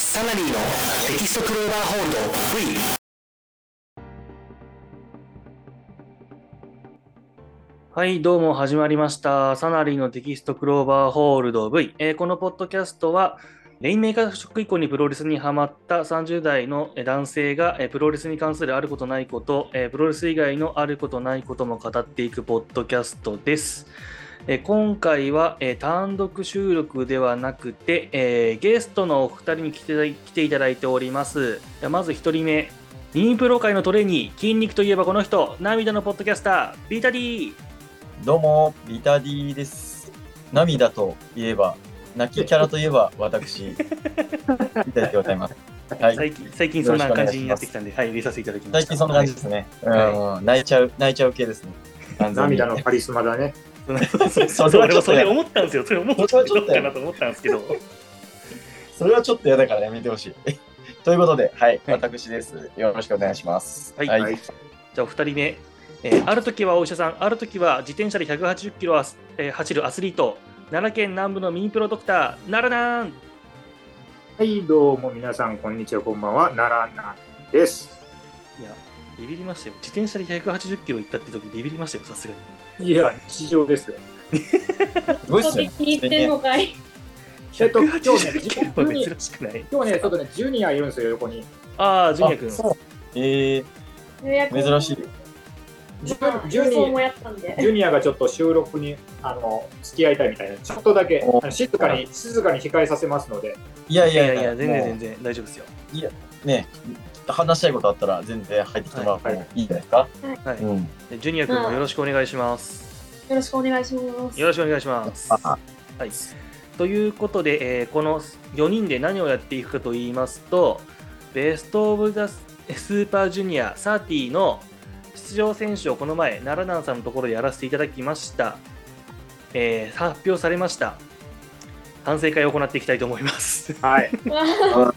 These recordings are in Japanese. サナリーのテキストクローバーホールド V はい、どうも始まりました。サナリーのテキストクローバーホールド V。えーこのポッドキャストは、レインメーカー職以降にプロレスにハマった30代のえー男性が、えープロレスに関するあることないこと、えープロレス以外のあることないことも語っていくポッドキャストです。えー今回は、えー単独収録ではなくて、えーゲストのお二人に来て来ていただいております。ではまず一人目、ニープロ界のトレーニー、筋肉といえばこの人、涙のポッドキャスター、ビータディー。どうも、ビタディです。涙といえば、泣きキャラといえば、私、ビタディでございます。はい。最近最近そんな感じになってきたんで、はい、入れさせていただきま最した。近そんな感じですね。うん、泣いちゃう、泣いちゃう系ですね。完全に 涙の。カリスマだね。そうそうそう、俺もそれ思ったんですよ。それ思うそれはちょっとかやなと思ったんですけど、それはちょっと嫌だからやめてほしい。 ということで、はい、はい私です。よろしくお願いします。はいはい。じゃあお二人目、えーある時はお医者さん、ある時は自転車で180キロは、えー走るアスリート、奈良県南部のミニプロドクター、奈良なん。はい、どうも皆さん、こんにちは、こんばんは、ならなです。いや、ビビりましたよ。自転車で180キロ行ったって時ビビりましたよ、さすがに。いや、日常ですよ。すごいっ飛すびよ気に入ってんね。のかい。えっと、今日ね、 180キロは10人珍しくない。今日ね、ちょっとね、10人はいるんですよ、横に。ああ、ジュニアあ君。そうえー、珍しい。 10 10人人も、やったんで。ジュニアがちょっと収録に、あの、付き合いたいみたいな、ちょっとだけ、おあの静かに、静かに控えさせますので、いやいいややいやいや、全然全も然大丈夫ですよ。うね、話したいことあったら、全然入ってきてもらってもいいですか。はい、うん。でジュニア君もよろしくお願いします。よろしくお願いします。よろしくお願いします。あはい、ということで、えーこの4人で何をやっていくかと言いますと、ベスト・オブ・ザ・スーパージュニア30の出場選手をこの前、奈良南さんのところでやらせていただきました、えー発表されました、反省会を行っていきたいと思います。 はい。わ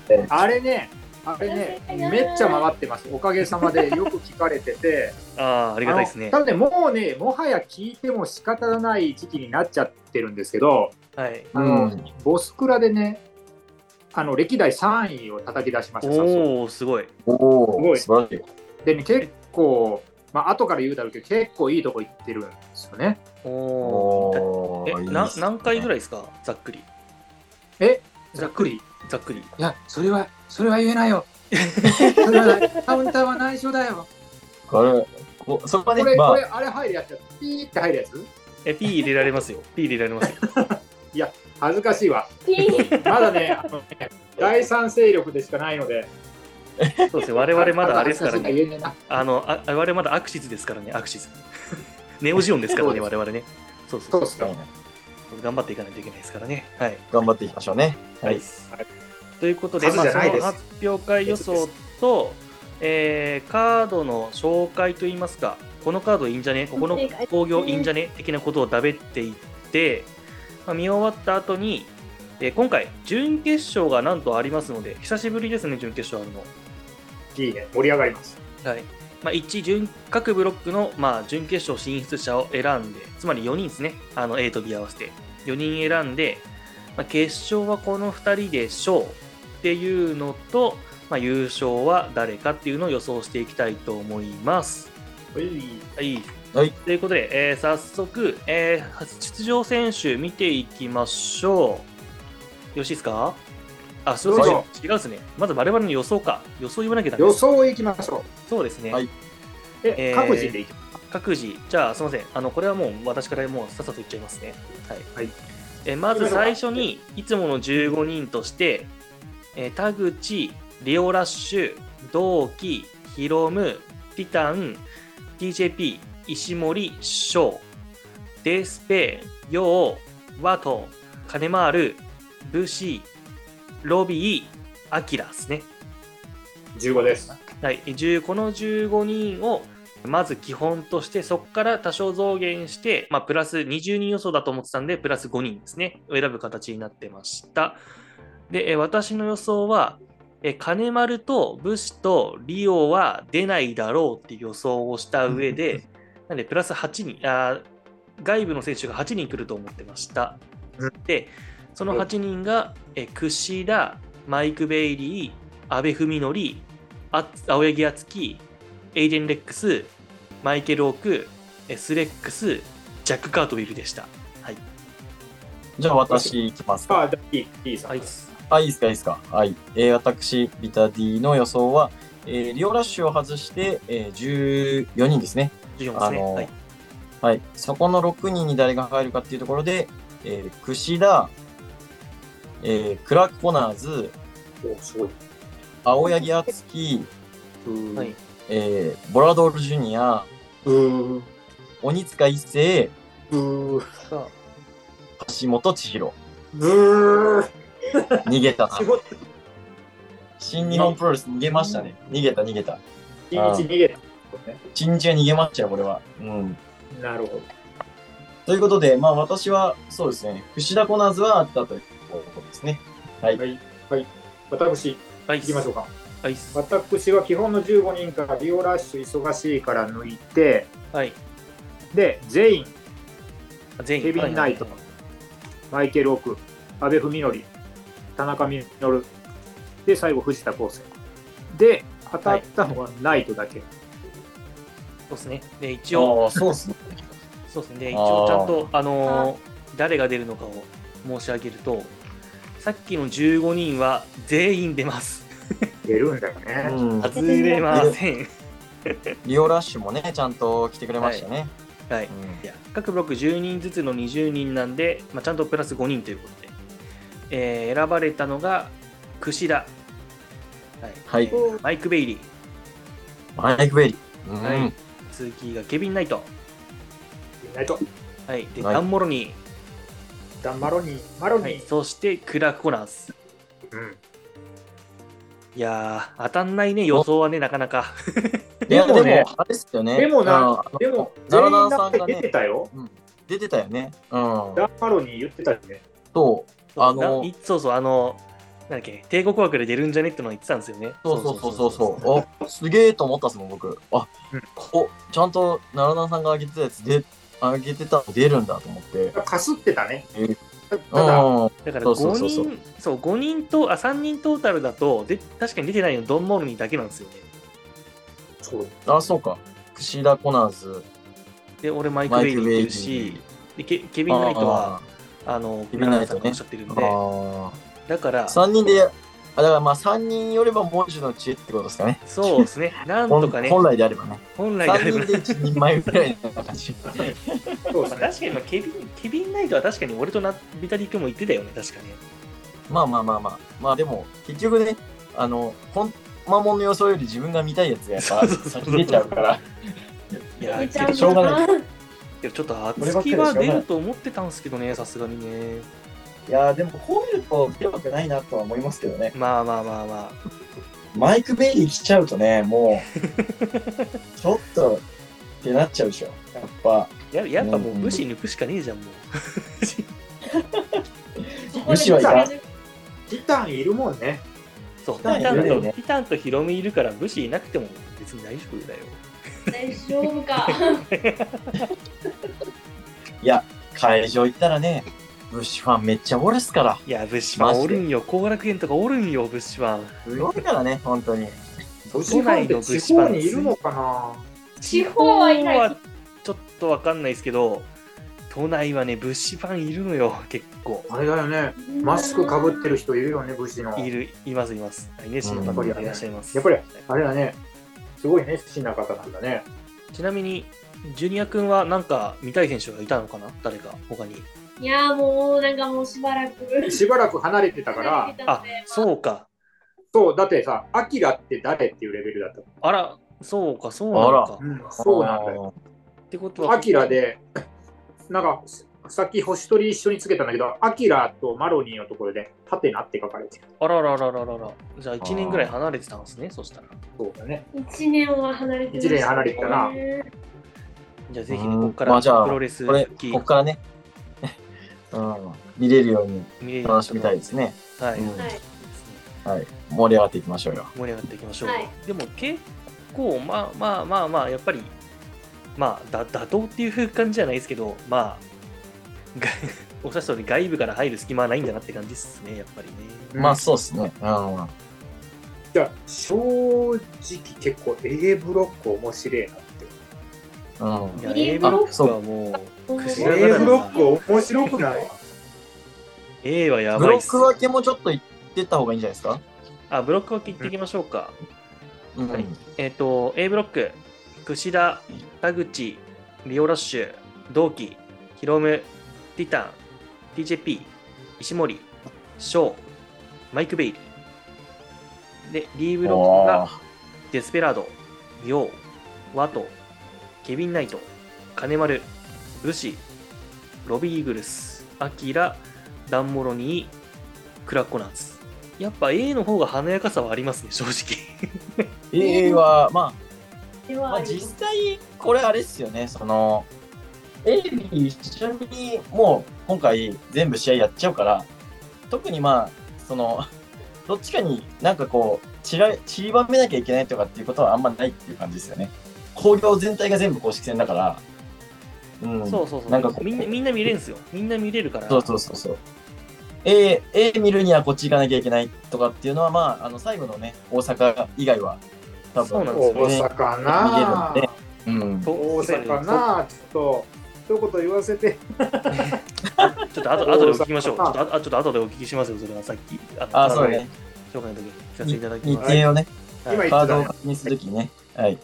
ーあれね、あれね、めっちゃ回ってます。おかげさまでよく聞かれてて、あーありがたいですねあ。の多分ね、もうね、もはや聞いても仕方がない時期になっちゃってるんですけど、はい、あの、うんボスクラでね、あの歴代3位を叩き出しました、早速おお、すごい。すおごお、い素晴らしい。でね、結構、まあ後から言うだろうけど、結構いいとこ行ってるんですよね。おお。おえーいいっすねな何回ぐらいですか、ざっくり。えざっくり、ざっくり。いや、それは、それは言え ないよ。それはないカウンターは内緒だよ。これ、こそここまで、れ、まこあれ、、あれ入るやつだピーって入るやつえ、P 入れられますよ。P 入れられますよ。恥ずかしいわ。ピーまだね、あのね第三勢力でしかないので。そうですね、我々まだあれですからね恥。ずしいからあの、あ我々まだアクシズですからね、アクシズ。 ネオジオンですからね、そう我々ね。そうそ言えねえな。そううそっうすか。頑張っていかないといけないですからね。はい。頑張っていきましょうね。はい。ということで、数まあ、じゃそないのです発表会予想と、えーカードの紹介といいますか、このカードいいんじゃね、ここの工業いいんじゃね的なことをだべっていって、まあ、見終わった後に、えー今回、準決勝がなんとありますので、久しぶりですね、準決勝あるの。いいね、盛り上がります。はいまあ、1準各ブロックの、まあ、準決勝進出者を選んでつまり4人ですねあの A と B 合わせて4人選んで、まあ、決勝はこの2人でしょうっていうのと、まあ、優勝は誰かっていうのを予想していきたいと思います。はいはいということで、えー早速、えー出場選手見ていきましょう。よろしいですかあ、すいませんどうぞ違うですね。まず我々の予想か。予想言わなきゃダメ予想行きましょう。そうですね。はいえ、えー各自で行きま各自、じゃあすみません、あのこれはもう私からもうさっさといっちゃいますね。はいはいえまず最初に、いつもの15人として、えー田口、リオラッシュ、同期、ヒロム、ティタン、TJP、石森、翔、デスペ、ヨウ、ワト、カネマール、ブシ、ロビー、アキラですね。す15です。はい、10この15人をまず基本としてそこから多少増減して、まあ、プラス20人予想だと思ってたんでプラス5人ですねを選ぶ形になってましたでえ私の予想はえ金丸と武士とリオは出ないだろうっていう予想をした上でなんでプラス8人あー外部の選手が8人来ると思ってましたうんでその8人がえ櫛田マイク・ベイリー、阿部文則、あ青柳敦樹、エイデン・レックス、マイケル・オーク、エス・レックス、ジャック・カートウィルでした。はい。じゃあ私いきますか。あ、D、D さん。はい。あ、いいですか、いいですか。はい。えー私、ビタ D の予想は、えーリオラッシュを外して、えー14人ですね。 14ですね。あのーはい。はい。そこの6人に誰が入るかっていうところで、えー、櫛田、えークラーク・コナーズ、おすごい。青柳敦樹、うーはい。えーボラドール・ジュニア、うー鬼塚一世、ブーさあ橋本千尋。ブー逃げたな仕。事新日本プロレス逃げましたね。逃げた、逃げた。一日逃げた。新日は逃げましたよ、これは。うん。なるほど。ということで、まあ私は、そうですね、櫛田コナーズはあったということですね。はい。はい。はい。私、はい。行きましょうか。はい。私は基本の15人からリオラッシュ忙しいから抜いて、はい。で、ゼイン、全員。ケビン・ナイト、マイケル・オーク、阿部文則、田中稔、で、最後、藤田康生。で、当たったのはナイトだけ。そうですね。で、一応、ああ、そうですね。そうですね。で、一応、ちゃんと、あのー誰が出るのかを申し上げると、さっきの15人は全員出ます。出るんだよね。うん、外れません。リオラッシュもね、ちゃんと来てくれましたね。はい。いや各ブロック10人ずつの20人なんで、まあ、ちゃんとプラス5人ということで、えー選ばれたのが櫛田、はいはいえーマイク・ベイリーうんマイク・ベリー。うんはい続きがケビン・ナイト、ナイト、はい、ではいダン・モロニダン・マロニー、マロー、ニはい、ー。そしてクラーク・コナーズうんいやー当たんないね予想はねなかなかいや、でもでも、ねあれですよね。でもうんなあ、のでも、ザ全ラ員ダンださっんてがね出てたよ。出てたよね。うん。ダン・マロニー言ってたよね。と、あそうのないそうそうあのなんだっけ帝国枠で出るんじゃねってのは言ってたんですよねそうそうそうそうそう。あ、すげえと思ったっすもん、僕。あうん、こ、ちゃんと奈良田さんが上げてたやつで、上げてたの出るんだと思って。かすってたね。うんたうだ、ん。だから5そ人うそうそうそうそう5人とあ3人トータルだとで確かに出てないのドン・モロニーだけなんですよねそうあ、そうか。櫛田コナーズ、で、俺マイク・マベイイリーク・ベってイるリしー。、でケケビン・ナイトは、あの、ケビンナイトねがおっしゃってるんで、あだから、あそ3人で、あだからまあ3人よれば文字の知恵ってことですかね。うです ね、なんとかね、本本来であればね。本来であ3れば人で1人前ぐらいの感じ。そうでまあす確ね。かに、まあケビン、ケビン・ナイトは確かに俺となビタリー君も言ってたよね、確かに。 まあまあまあまあ。まあでも、結局ね、あの、ほんまもんの予想より自分が見たいやつがやっそぱうそうそう先出ちゃうから。いや出ー、ちゃけうど、しょうがないい。けどちょっと、厚木は出ると思ってたんですけどね、さすがにね。いやでもこう見ると出るわけないなとは思いますけどね。まあまあまあまあ、マイク・ベイリー来ちゃうとね、も う、ちょっとってなっちゃうでしょ。やっぱ、ややっぱもう武士抜くしかねえじゃん、もう。むしろいからんん。ティタンいるもんね。そう、タンピタンいると、よねピタンとヒロミいるから、武士いなくても別に大丈夫だよ。大丈夫か。会場行ったらね、ブッシュファンめっちゃおるっすから。いや、武士はマジでおるんよ、後楽園とかおるんよ、武士は。すごいからね、本当に。都市ファンって地方にいるのかな地方はいな地い方は。ちょっとわかんないですけど都内はね物資ファンいるのよ結構あれだよね。マスクかぶってる。人いるよね、武士の。いるいますいますはい NSC の方でいらっしゃいますやっぱりはいあれだね。すごい熱心な方なんだね。ちなみにジュニア君はなんか見たい選手がいたのかな誰か他にいやーもうなんかもうしばらく。しばらく離れてたから、あう。そうかそう、だってさ、アキラって誰っていうレベルだった。あらそうかそうなのかうん、そうなんだよ。よ。ってことはアキラで、なんか、さっき星取り一緒につけたんだけど、アキラとマロニーのところで、ハテナって書かれてる。あららららららじゃあ1年ぐらい離れてたんですねそしたらそうだね。一年は離れてました一年離れてたなじゃあぜひねうんここかまらあプじゃあロレスこれ、復帰ここからね、 うん、見れるように見れる楽しみたいですね。はいうんはいはい、盛り上がっていきましょうよ。盛り上がっていきましょう、はいでも結構まあまあまあまあやっぱりまあだ妥当っていう感じじゃないですけどまあが おっしゃったように外部から入る隙間はないんだなって感じですね、やっぱりね。まあそうですね。うん。じゃあ正直結構 A ブロック面白いなってうん。いや、 A A ブロックはもう、す知らなかった A ブロック面白くない A はやブばいロっッすク。分けもちょっと言ってた方がいいんじゃないですか。あ、ブロック分け行っていきましょうか。うんはいえっ、と、A ブロック、櫛田、田口、リオラッシュ、同期、ヒロム、ティタン、TJP、石森、ショー、マイク・ベイリー。で、D ブロックがおーデスペラード、ビオー、ワト、ケビン・ナイト、金丸、ルシ、ロビー・イーグルス、アキラ、ダンモロニー、クラッコナーズ。やっぱ A の方が華やかさはありますね、正直。 A は、まであ、はまああ、り実ます際、これあれっすよね、その、A、B 一緒に、もう、今回、全部試合やっちゃうから、特にまあ、その、 どっちかになんかこう、散ら、散りばめなきゃいけないとかっていうことはあんまないっていう感じですよね。工業全体が全部公式戦だから、うん。そうそうそう。なんかこうみんなみんな見れるんですよ。みんな見れるから。そうそうそうそう。A、A 見るにはこっち行かなきゃいけないとかっていうのは、まあ、あの最後のね、大阪以外は、多分そうなんです大よね阪なあ見れるんでうんと大阪そうなあちょっと一言言わせてちょっと後後でお聞きましょう。ち大ょ阪っとああちょっと後でお聞きしますよ、それはさっき。ああ、そうね。紹介の時に聞かせていただき日ます。程をね、今言っカーたドをね確認するときにね。はい。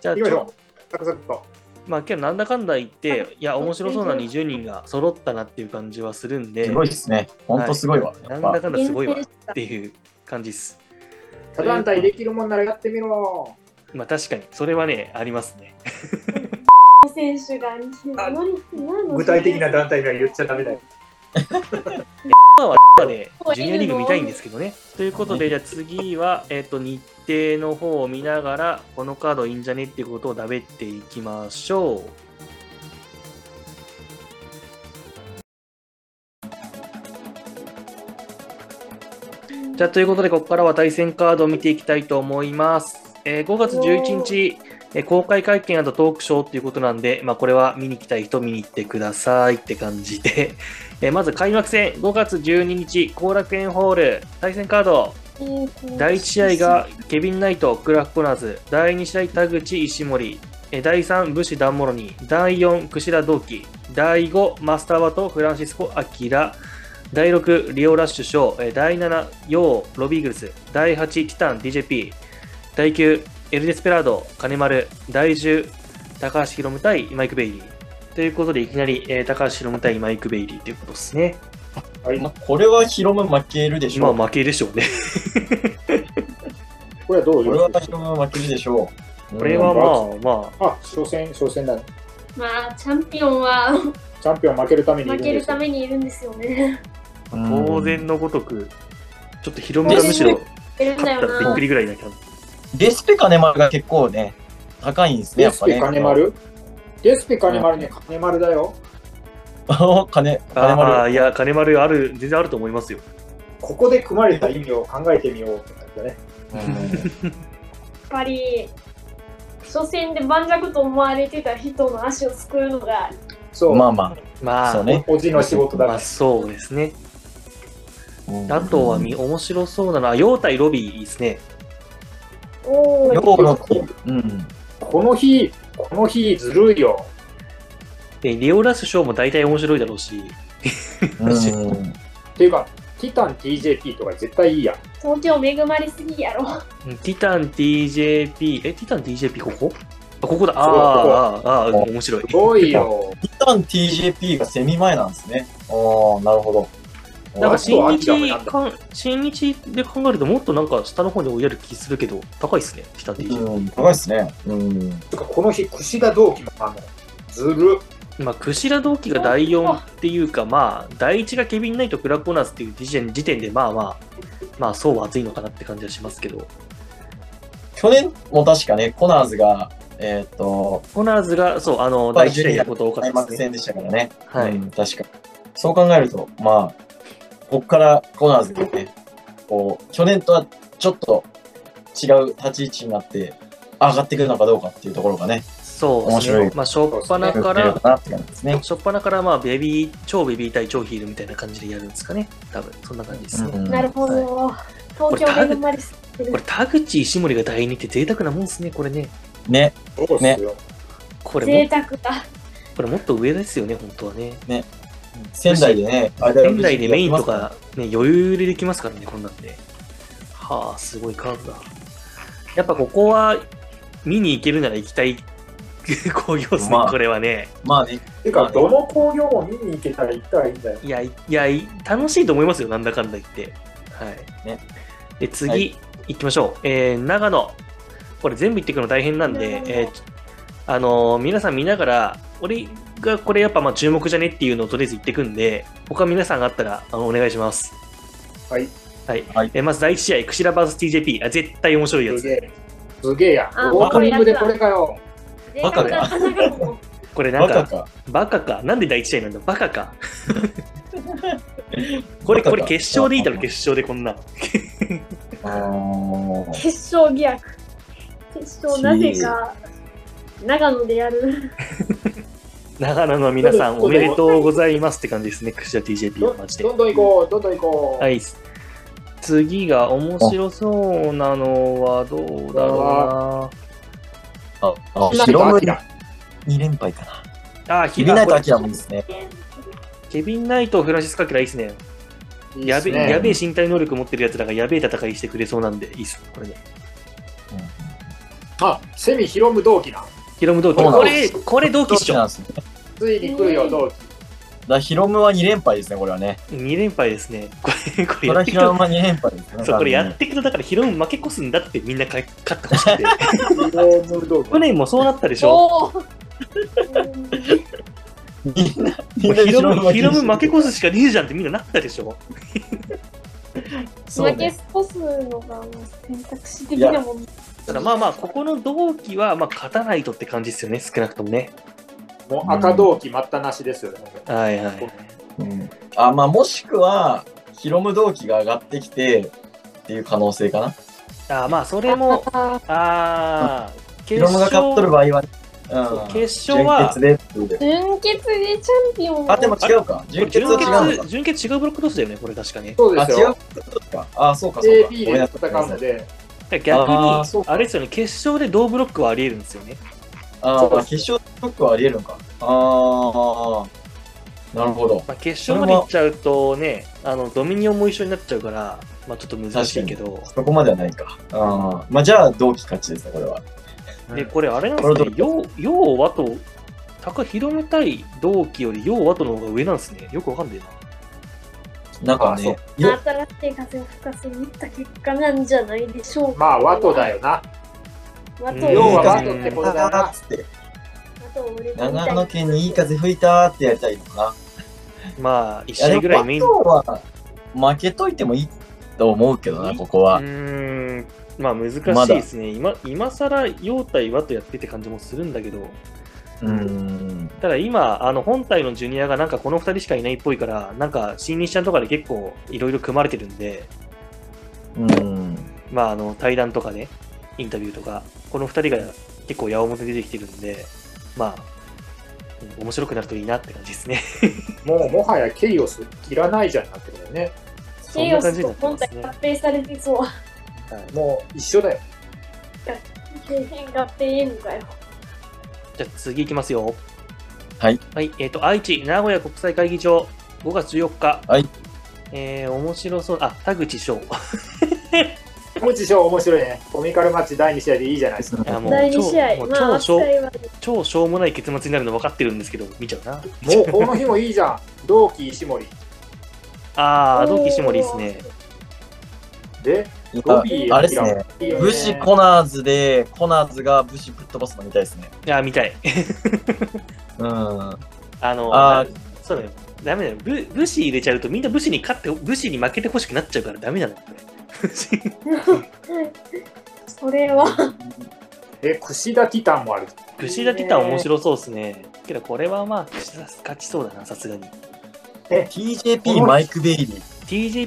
じゃあ、行きまちしょょうサクサクとまあ今日なんだかんだ言って、いや、面白そうな20人が揃ったなっていう感じはするんで、すごいですね。ほんとすごいわ。やなっんぱだかんだすごいわっ厳選したていう感じです。他団体できるもんならやってみろまあ確かに、それはね、ありますね。選手が何何の具体的な団体が言っちゃダメだよまあね、ジュニアリーグ見たいんですけどね。ということで、じゃあ次は、えっと日程の方を見ながら、このカードいいんじゃねっていうことをだべっていきましょう。じゃあということで、ここからは対戦カードを見ていきたいと思います。えー5月11日、えー公開会見とトークショーということなんで、まあ、これは見に来たい人見に行ってくださいって感じで、 えーまず開幕戦5月12日、後楽園ホール対戦カード、第1試合がケビン・ナイト、クラッコナーズ、第2試合田口、石森、えー第3武士ダンモロニー、第4櫛田同期、第5マスターバとフランシスコ・アキラ、第6リオ・ラッシュ・ショー、えー第7ヨウ・ロビーグルス、第8ティタン・ DJP、第9エル・デスペラード、金丸、第10高橋宏夢対マイク・ベイリー。ということで、いきなり、えー高橋宏夢対マイク・ベイリーということですね。まあこれはヒロム負けるでしまょあう。負けでしょうね。これはどうこれはヒロム負けるでしょ う。これはまあまあ、あ初戦初戦だねまあチャンピオンはチャンピオン負けるためにい負るんけでるすためにいるんですよね。うん、当然のごとく、ちょっと広めがむしろいるん勝だったらよびっなく。りぐらいな感じ。デスペ金丸が結構ね、高いんですね、デやっスぱね。ペ金丸デスペ金丸ね金丸だよお 金、金ああ、丸。いや、金丸ある、全然あると思いますよ。ここで組まれた意味を考えてみようって感じだねうんやっぱり初戦で盤石と思われてた人の足をすくうのがそう、まあままあ、そうねおじの仕事だまかあそうですね。あうん。あとはみ面白そうなのは、ヨウ対ロビーですね。おヨーーロッパうん。らこの日この日ずるいよでリオラッシュショーも大体面白いだろうし、うっんていうかティタン TJP とか絶対いいやん東京恵まれすぎやろ。うんティタン TJP、え、ティタン TJP ここあ、ここだ。ああー、あーあー、面白い。すごいよ一旦 TJP がセミ前なんですね。ああ、なるほど。なあんかそう新秋だもん日やっぱかん、新日で考えるともっとなんか下の方に追いやる気するけど、高いですね、ティタン TJP。うん、高いですね。うん。てかこの日櫛田同期もあんのずるまあ、クシラ同期が第4っていうか、まあ、第1がケビン・ナイト・クラコーナーズっていう時点時点で、まあまあ、まあ、そうは熱いのかなって感じはしますけど、去年も確かね、コナーズが、えーっ、と、コーナーズが、そう、あの、まあ第1試合のこと多か開った幕ですね。戦でしたからね。はうい。ん、確か。そう考えると、まあ、こっからコナーズがね、こう、去年とはちょっと違う立ち位置になって、上がってくるのかどうかっていうところがね、そうで面す白ねい。まあ、しょっぱなかやってらる、なって感じですね。しょっぱなから、まあ、ベビー、超ベビー対超ヒールみたいな感じでやるんですかね。多分、そんな感じですね。うんなるほはいど。東京で生まれすぎこれ、る。田口石森が第二って贅沢なもんですね、これね。ね、そうですよ。これ贅も、沢だ。これもっと上ですよね、本当はね。仙台でね、あれだよ仙台でメインとか、ね、余裕でできますからね、こんなんで。はあ、すごいカードだ。やっぱここは、見に行けるなら行きたい 工業ですね、まあこれはね。まあね、てか、どの工業も見に行けたら行ったらいいんだよ。いや、いや、い楽しいと思いますよ、なんだかんだ言って。はい。ねで、次、はい行きましょう。えー、長野。これ全部行ってくの大変なんで、長野えーちあのー皆さん見ながら、俺がこれやっぱまあ注目じゃねっていうのをとりあえず言ってくんで、他皆さんがあったらあのお願いします。はい。はい。はいえーまず第1試合、クシラ VSTJP。あ、絶対面白いやすげつ。え。すげえや。あオープニングでこれかよ。贅バカ沢だだ。これなんバカか、か。バカか。なんで第1試合なんだバカか。これ、これ決勝でいいだろ、決勝でこんな。勝。 決勝疑惑。決勝なぜか長野でやる。長野の皆さんおめでとうございますって感じですね、クシャ TJP どはマジでど。んどん行こう、どんどん行こう。はい。次が面白そうなのはどうだろあ、あひろむりだ2連敗かな。うな。あ、ヒひビなナこイトアれキラもいいですね。ケビン・ナイト、フランシスカ・キラいいっすね。いいっやすべねやべえ身体能力持ってるやつらがやべえ戦いしてくれそうなんで、いいっす。これね。あ、セミヒロム同期な。ヒロム同期。そうなんこでれ、これ同期っしなんょ。ですね。だかついに来るよ、同期。らヒロムは2連敗ですね、これはね。 2連敗ですね。これ、ここれれやはってヒくロムと、は2連敗ですね。そう、これや多っ分ねてくと、だからヒロム負け越すんだってみんなか勝ってほし くて。ヒロム同期。去年もそうなったでしょ。おー みんな、みもうんなヒロム、ヒロム負けこ越すしかねえじゃんってみんななったでしょ。そう負ねけ越すのが選択肢的なもん。ただまあまあ、ここの同期は、まあ、勝たないとって感じですよね、少なくともね。もう赤同期待ったなしですよね。はいはい。うんあ、まあ、もしくは、ヒロム同期が上がってきて、っていう可能性かな。あーまあ、それ も、あああ、ヒ決ロムが勝っとる場合は、うんそう決勝は準決でっていう純潔でチャンピオンをあ、でも違うか。準準決は違うの決、か。準決違うブロック同士だよね、これ確かね。そうあ、です違うよ。か。あ、そうか、そうか。 JP で戦うので、だから逆あーそうに、あれですよね、決勝で同ブロックはあり得るんですよね。あそうーで決勝トックはありえるのか。ああ、なるほど。まあ、決勝まで行っちゃうとね、あの、ドミニオンも一緒になっちゃうから、まあ、ちょっと難しいけど、そこまではないか。あーまあ、じゃあ、同期勝ちですね、これは。にで、これあれなんですこれねど、ようう、ようはと、高ひろむ対同期よりようはとの方が上なんですね。よくわかんねえな。なんかねあ、よ新しい風を吹かせに行った結果なんじゃないでしょうか。まあ、ワトだよな。ワトを。うん要はワワトトっっててここととだだなっな。つって、ワトを俺に言いたい長野県にいい風吹いたーってやりたいのかな。まあ、1いや試合ぐらいメインでもバトンは負けといてもいいと思うけどな、ここうは。ーん、まあ難しまいだですね。今今更、陽対和とやってって感じもするんだけど、うーん。ただ今、あの本体のジュニアがなんかこの2人しかいないっぽいから、なんか新日ちゃんとかで結構いろいろ組まれてるんで、うーん。まああの対談とかね、インタビューとか、この2人が結構矢面で出てきてるんで、まあ、うん面白くなるといいなって感じですね。もう、もはやケイオスいらないじゃんなってことだよね。そんケイなオ感じスになとってま本体すね。合併されてそう。はいもう一緒だよ。底辺合併いいのかよ。じゃあ次行きますよ。はい。はい、えっ、と、愛知、名古屋国際会議場、5月14日。はい。えー、面白そう。あ、田口 翔。コムチ賞面白いね。コミカルマッチ第2試合でいいじゃないですか。いやもう第2試超も合、うま超あ、しょう扱いは超しょうもない結末になるの分かってるんですけど、見ちゃうな。もうこの日もいいじゃん。同期石森。あー、同期しもりですね。で、あロビーあれですね。いいよ武士コナーズで、コナーズが武士ぶっ飛ばすのみたいですね。いや、見たい。 うん。ああの、あー、そうだよ。ダメだよ。ぶ武士入れちゃうと、みんな武士に勝って、武士に負けてほしくなっちゃうからダメなの。これ それは、え、櫛田ティタンもある。串田ティタン面白そうですね。けど、これはまあ、串田勝ちそうだな、さすがに。 TJP マイク・ベイリー。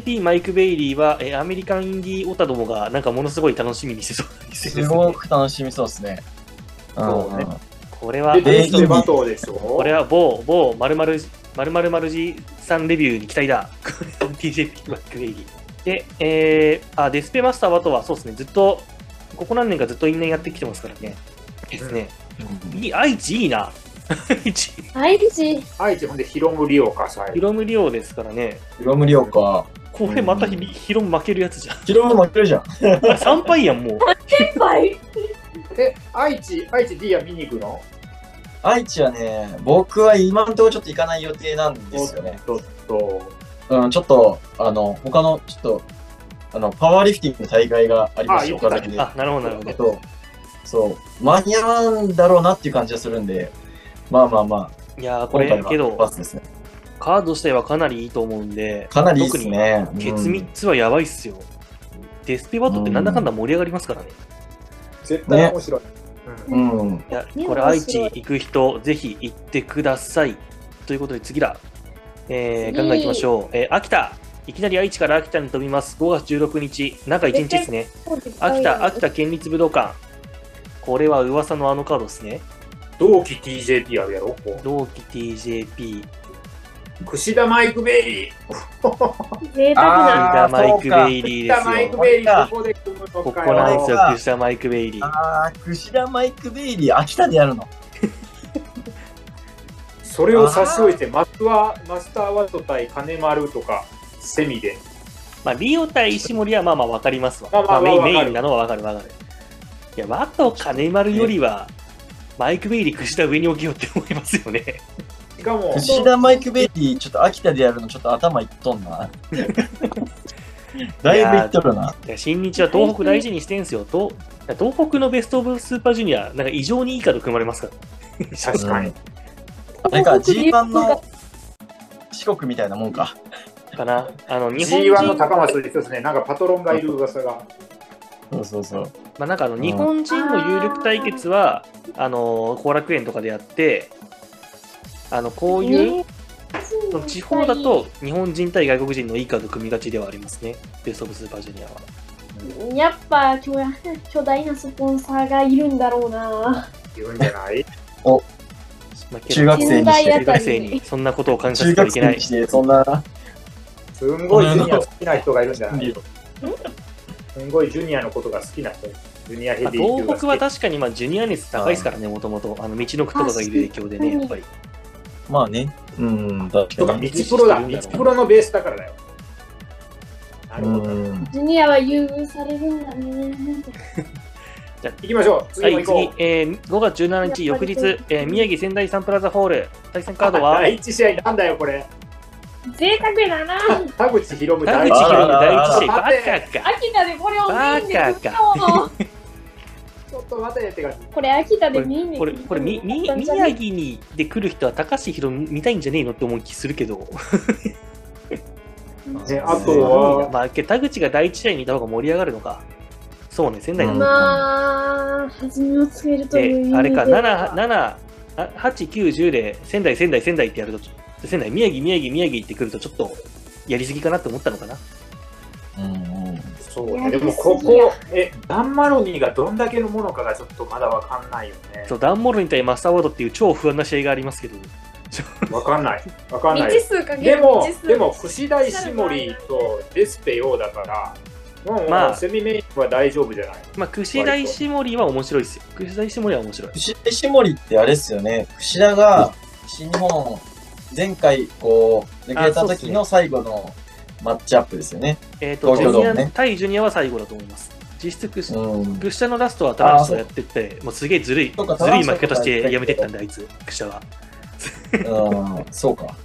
TJP マイク・ベイリーは、えーアメリカン・インディー・オタどもがなんかものすごい楽しみにしてそうな店ですすねごく楽しみそうですね。そうねんこれはで、、電えーと子バトーでしょこれは某、某、まるまる、まるまるまるじさんレビューに期待だ。DJ ピックバックレイギー。で、えー、あ、デスペマスターはとは、そうですね、ずっと、ここ何年かずっと因縁やってきてますからね。ですね。いい、愛知いいな。 愛知。愛知愛知ほんで、ヒロムリオカさえヒ。ロムリオですからね。広むりょうか。これまたひうんヒロム負けるやつじゃん。 広む負けるじゃん。 3敗やん、もう。先輩え、愛知、愛知 D や見に行くの愛知はね、僕は今のところちょっと行かない予定なんですよね。ちょっと、うん、ちょっと、あの、他の、ちょっと、あの、パワーリフティングの大会がありまして、あ言って岡た崎で。あ、なるほど、なるほど。そうそう、間に合わんだろうなっていう感じがするんで、まあまあまあ、いやー、こ今れ回、けはどパ、スですね。カード自体はかなりいいと思うんで、かなりいいですね。ケうんツ3つはやばいっすよ。デスペバトってなんだかんだ盛り上がりますからね。絶対面白い。うんうん。いや、ねこれ面愛知白い行く人、ぜひ行ってください。ということで次だ。えー、ガンガン行きましょう。えー、秋田。いきなり愛知から秋田に飛びます。5月16日、中1日ですね。秋田、秋田県立武道館。これは噂のあのカードですね。同期 TJP あるやろこ同期 TJP、う串田マイクベイリー。贅沢なダあーマイク・ベイ串リーで田マイすクよ。ベイリー、ここで組むのここかなんですよよ。、吉田マイク・ベイリー。あー、串田マイク・ベイリー、秋田でやるの。それを差し置いて、マスはマスターワット対金丸とか、セミで。まあ、リオ対石森はまあまあわかりますわ。まあままああメインわかるメインなのはわかるわかる。いや、ワと金丸よりは、マイク・ベイリー、した上に置きようって思います よね。しかも、串田マイク・ベイリー、ちょっと秋田でやるの、ちょっと頭いっと んな。だいぶいっとるな。いや新日は東北大事にしてんすよ。と東北のベスト・オブ・スーパージュニア、なんか異常にいいカード組まれますから。確かに。あれか、東北 G1 の四国みたいなもんか。かな。あの、日本 G1 の人、ま高松で一つね、なんかパトロンがいる噂が。そうそうそう。あ、なんかあの日本人の有力対決は、あの、後楽園とかでやって、あの、こういう、その地方だと日本人対外国人のいいカード組みがちではありますね、ベスト・オブ・スーパージュニアは。やっぱ巨大巨大なスポンサーがいるんだろうな。いるんじゃないまあけど中学生にし中て、中学生にそんなことを感謝し中てはい学けな生いに。して、そんな。すんごいジュニア好きな人がいるんじゃないすんごいジュニアのことが好きな人。ジュニアヘビまあー級が好き東北は確かにまあジュニア熱高いですからね、もともと。あの道のくとかがいる影響でね、やっぱり。まあね。うん、確とかか、に。ミチプロだ。ミチプロのベースだからだよ。なるうほど。ん。ジュニアは優遇されるんだね。行きましょう。は次もい、行こ次、えー5月17日、翌日、えー宮城仙台サンプラザホール、対戦う。カードは、第一試合なんだよ、これ。贅沢だな。田口博文田第口一試博文合。第一試合、バ待ってカか。秋田でこれをメインで食ったの。ちょっと待てって感じ。これ秋田でメインでこれ、これ、み、み、宮城に、で来る人は高橋宏見たいんじゃねえのって思う気するけど。ねあとは まあ、け田口が第一試合にいた方が盛り上がるのか。そうね、仙台のうんまあ、弾みをつけるという意味で、で。あれか、7、7、8、9、10で、仙台、仙台、仙台ってやると、ちょっと仙台、宮城、宮城、宮城ってくると、ちょっと、やりすぎかなって思ったのかな。うんうんそうね、でもここ、え、ダンマロニーがどんだけのものかがちょっとまだわかんないよねそ。う、ダンモルに対マスターワードっていう超不安な試合がありますけど、わかんない。わかんない未。知数かけでるも未知、数でも、串田石森とデスペヨだから、もう、まあセミメイクは大丈夫じゃない。まあ、串田石森は面白いですよ。串田石森は面白い。串田石森ってあれっすよね、串田が新日本、前回こう、抜けた時の最後のマッチアップですよね。えっ、と、ジ東京ュドーニムア、ね対ジュニアは最後だと思います。実質串、うん。クシャのラストはタランスがやってって、もうすげえずるい、ずそるうかい負け方してやめてったんで、あいつ、クシャは。うん、そうか。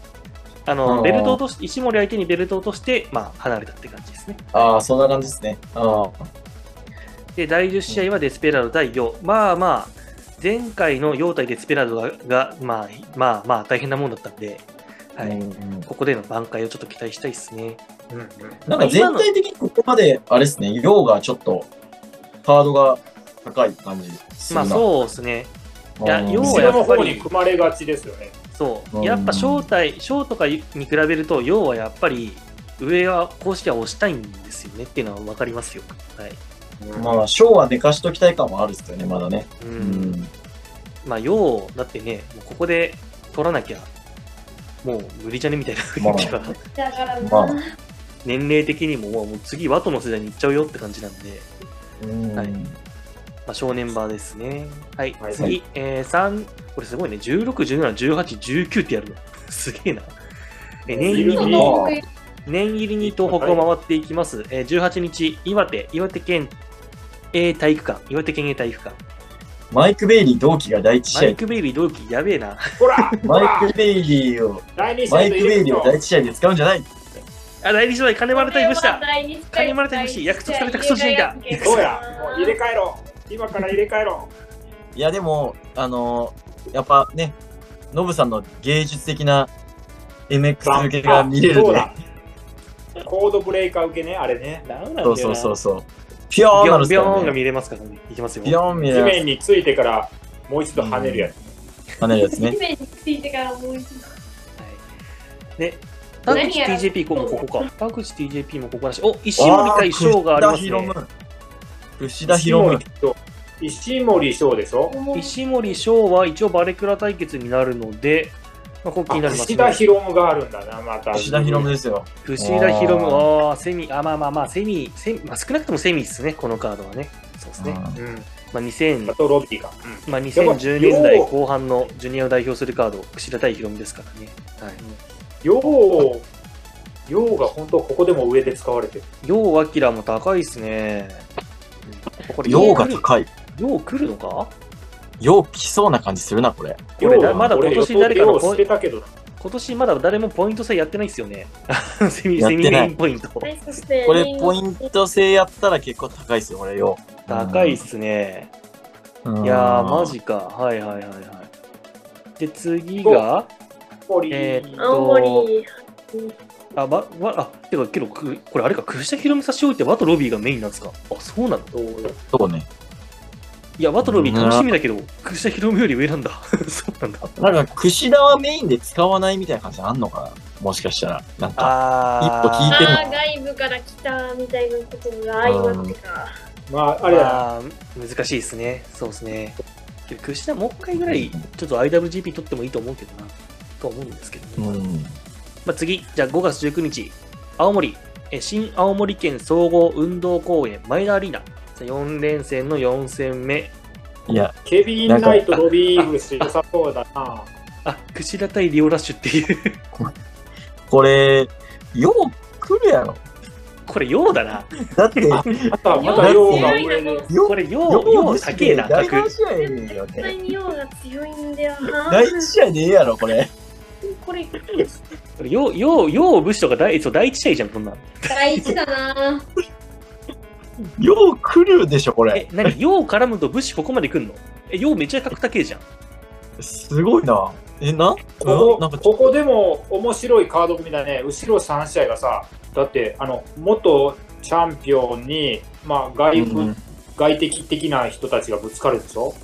あうの、んベルトを落とし、石森相手にベルトを落として、まあ、離れたって感じですね。ああ、そんな感じですね。あで、第10試合はデスペラード対ヨウ。まあまあ、前回のヨウ対デスペラードが、がまあ、まあまあ、大変なもんだったんで、あ、はい。うんここでの挽回をちょっと期待したいですね。うんうんなんか全体的にここまで、あれですね、量がちょっと、ハードが高い感じするまな。あ、そうですね。いやうん要後はろやっのぱり方に組まれがちですよね。そうう。んやっぱ、正体、正とかに比べると、ヨウはやっぱり、上は、公式は押したいんですよねっていうのは分かりますよ。はい。まあ、ショーは寝かしときたい感もあるっすよね、まだね。う。うんん。まあ、よう、だってね、もうここで取らなきゃ、もう無理じゃねみたいな雰囲気が、だからな、まあ 年齢的にも、もうもう次、ワトの世代に行っちゃうよって感じなんで、うんはいまあ、少年バーですね。はい、はい次、えー、3、これすごいね、16、17、18、19ってやるの。 すげえな。えー念入りちょっにと遠く念入りに東北を回っていきます。えー18日、岩手、岩手県 A 体育館、岩手県 A 体育館。 マイク・ベイリー同期が第一マイ試ク・ベイビー同期、やべえな。 ほら合。マイク・ベイリーを、第2マ戦イとク・入れベイるリーをと第一試合で使うんじゃないあ、代理姉妹、金丸対武士だ。カニ金丸丸対対武武士士約束されたクソ試合だどうやもう入れ替えろ今から入れ替えろいや、でも、あのーやっぱね、ノブさんの芸術的な MX 受けが見れるそうね。だコードブレーカー受けねあれねダメなんだよ そうなそうそうそう。ピョーンビなョるン、っビすョからーンがね。見れますからね。いきますよ。ピョーンみ地たい面なについてからもう一度跳ねるやつ、跳ねるやつね。地面についてからもう一度はいで、田何口やら TJP こもここか。田口 TJP もここだし。お、石森対翔がありますあね。ー串田博文。石森翔でしょ思う石森翔は一応バレクラ対決になるので、まあ、ここ気になります石田ね。博夢があるんだなまた串田博文ですよ。藤田博文、あーセミ、あ、まあまあまあ、セミ、セミまあ、少なくともセミですね、このカードはね。そうですね。あうんまあ、2000あとロビーが、まあ、2010年代後半のジュニアを代表するカード、櫛田対ヒロミですからね。はい。ようようが本当ここでも上で使われてる陽アキラも高いですね。これ用が高い。陽来るのか用来そうな感じするな、これ。これようはまだ俺今年誰かのよう捨てたけどな今年まだ誰もポイント制やってないですよね。 セミ、やっセてミなメいインポイント。はいそしてこれ、ポイント制やったら結構高いですよ、これ、用。高いっすね。うん。いやー、マジか。はいはいはいはい。で、次が、森えーっ青森あ、わ、わ、あ、てか、けど、くこれあれか、櫛田ヒロミ差し置いて、ワトロビーがメインなんですかあ、そうなのどうよそうね。いや、ワトロビー楽しみだけど、櫛田ヒロミより上なんだ。 そうなんだ。なんか、串田はメインで使わないみたいな感じあんのかなもしかしたら。なんか、あ一歩聞いてみるあー外部から来たみたいなことが相まってかまああれだまあ難しいですね。そうですね。けど、櫛田もう一回ぐらい、ちょっと IWGP 取ってもいいと思うけどな、と思うんですけど、うねん。まあ、次、じゃあ5月19日、青森、え新青森県総合運動公園前田アリーナ。4連戦の4戦目。いや、ケビン・ナイトロビー・イーグルス良さそうだなあ、櫛田対リオラッシュっていう。 これ、用来るやろ。これ、ようだな。だって、あとはまがたようが強上いなにもう用これ、よう、よう高えな、第格7。試合でいいよ絶対ね。に用が強いんだよな第1試合でいいやろ、これ。これこれよう、よう、よう武士とか第そう第一試合じゃん、こんなん。第一だな用来るでしょ、これ。え、なに、よう絡むと武士ここまで来んのえ、ようめっちゃ格高えじゃん。すごいな。え、なここなんかここでも面白いカード組だね、後ろ3試合がさ、だってあの元チャンピオンに、まあ外部うん外敵的な人たちがぶつかるでし ょ、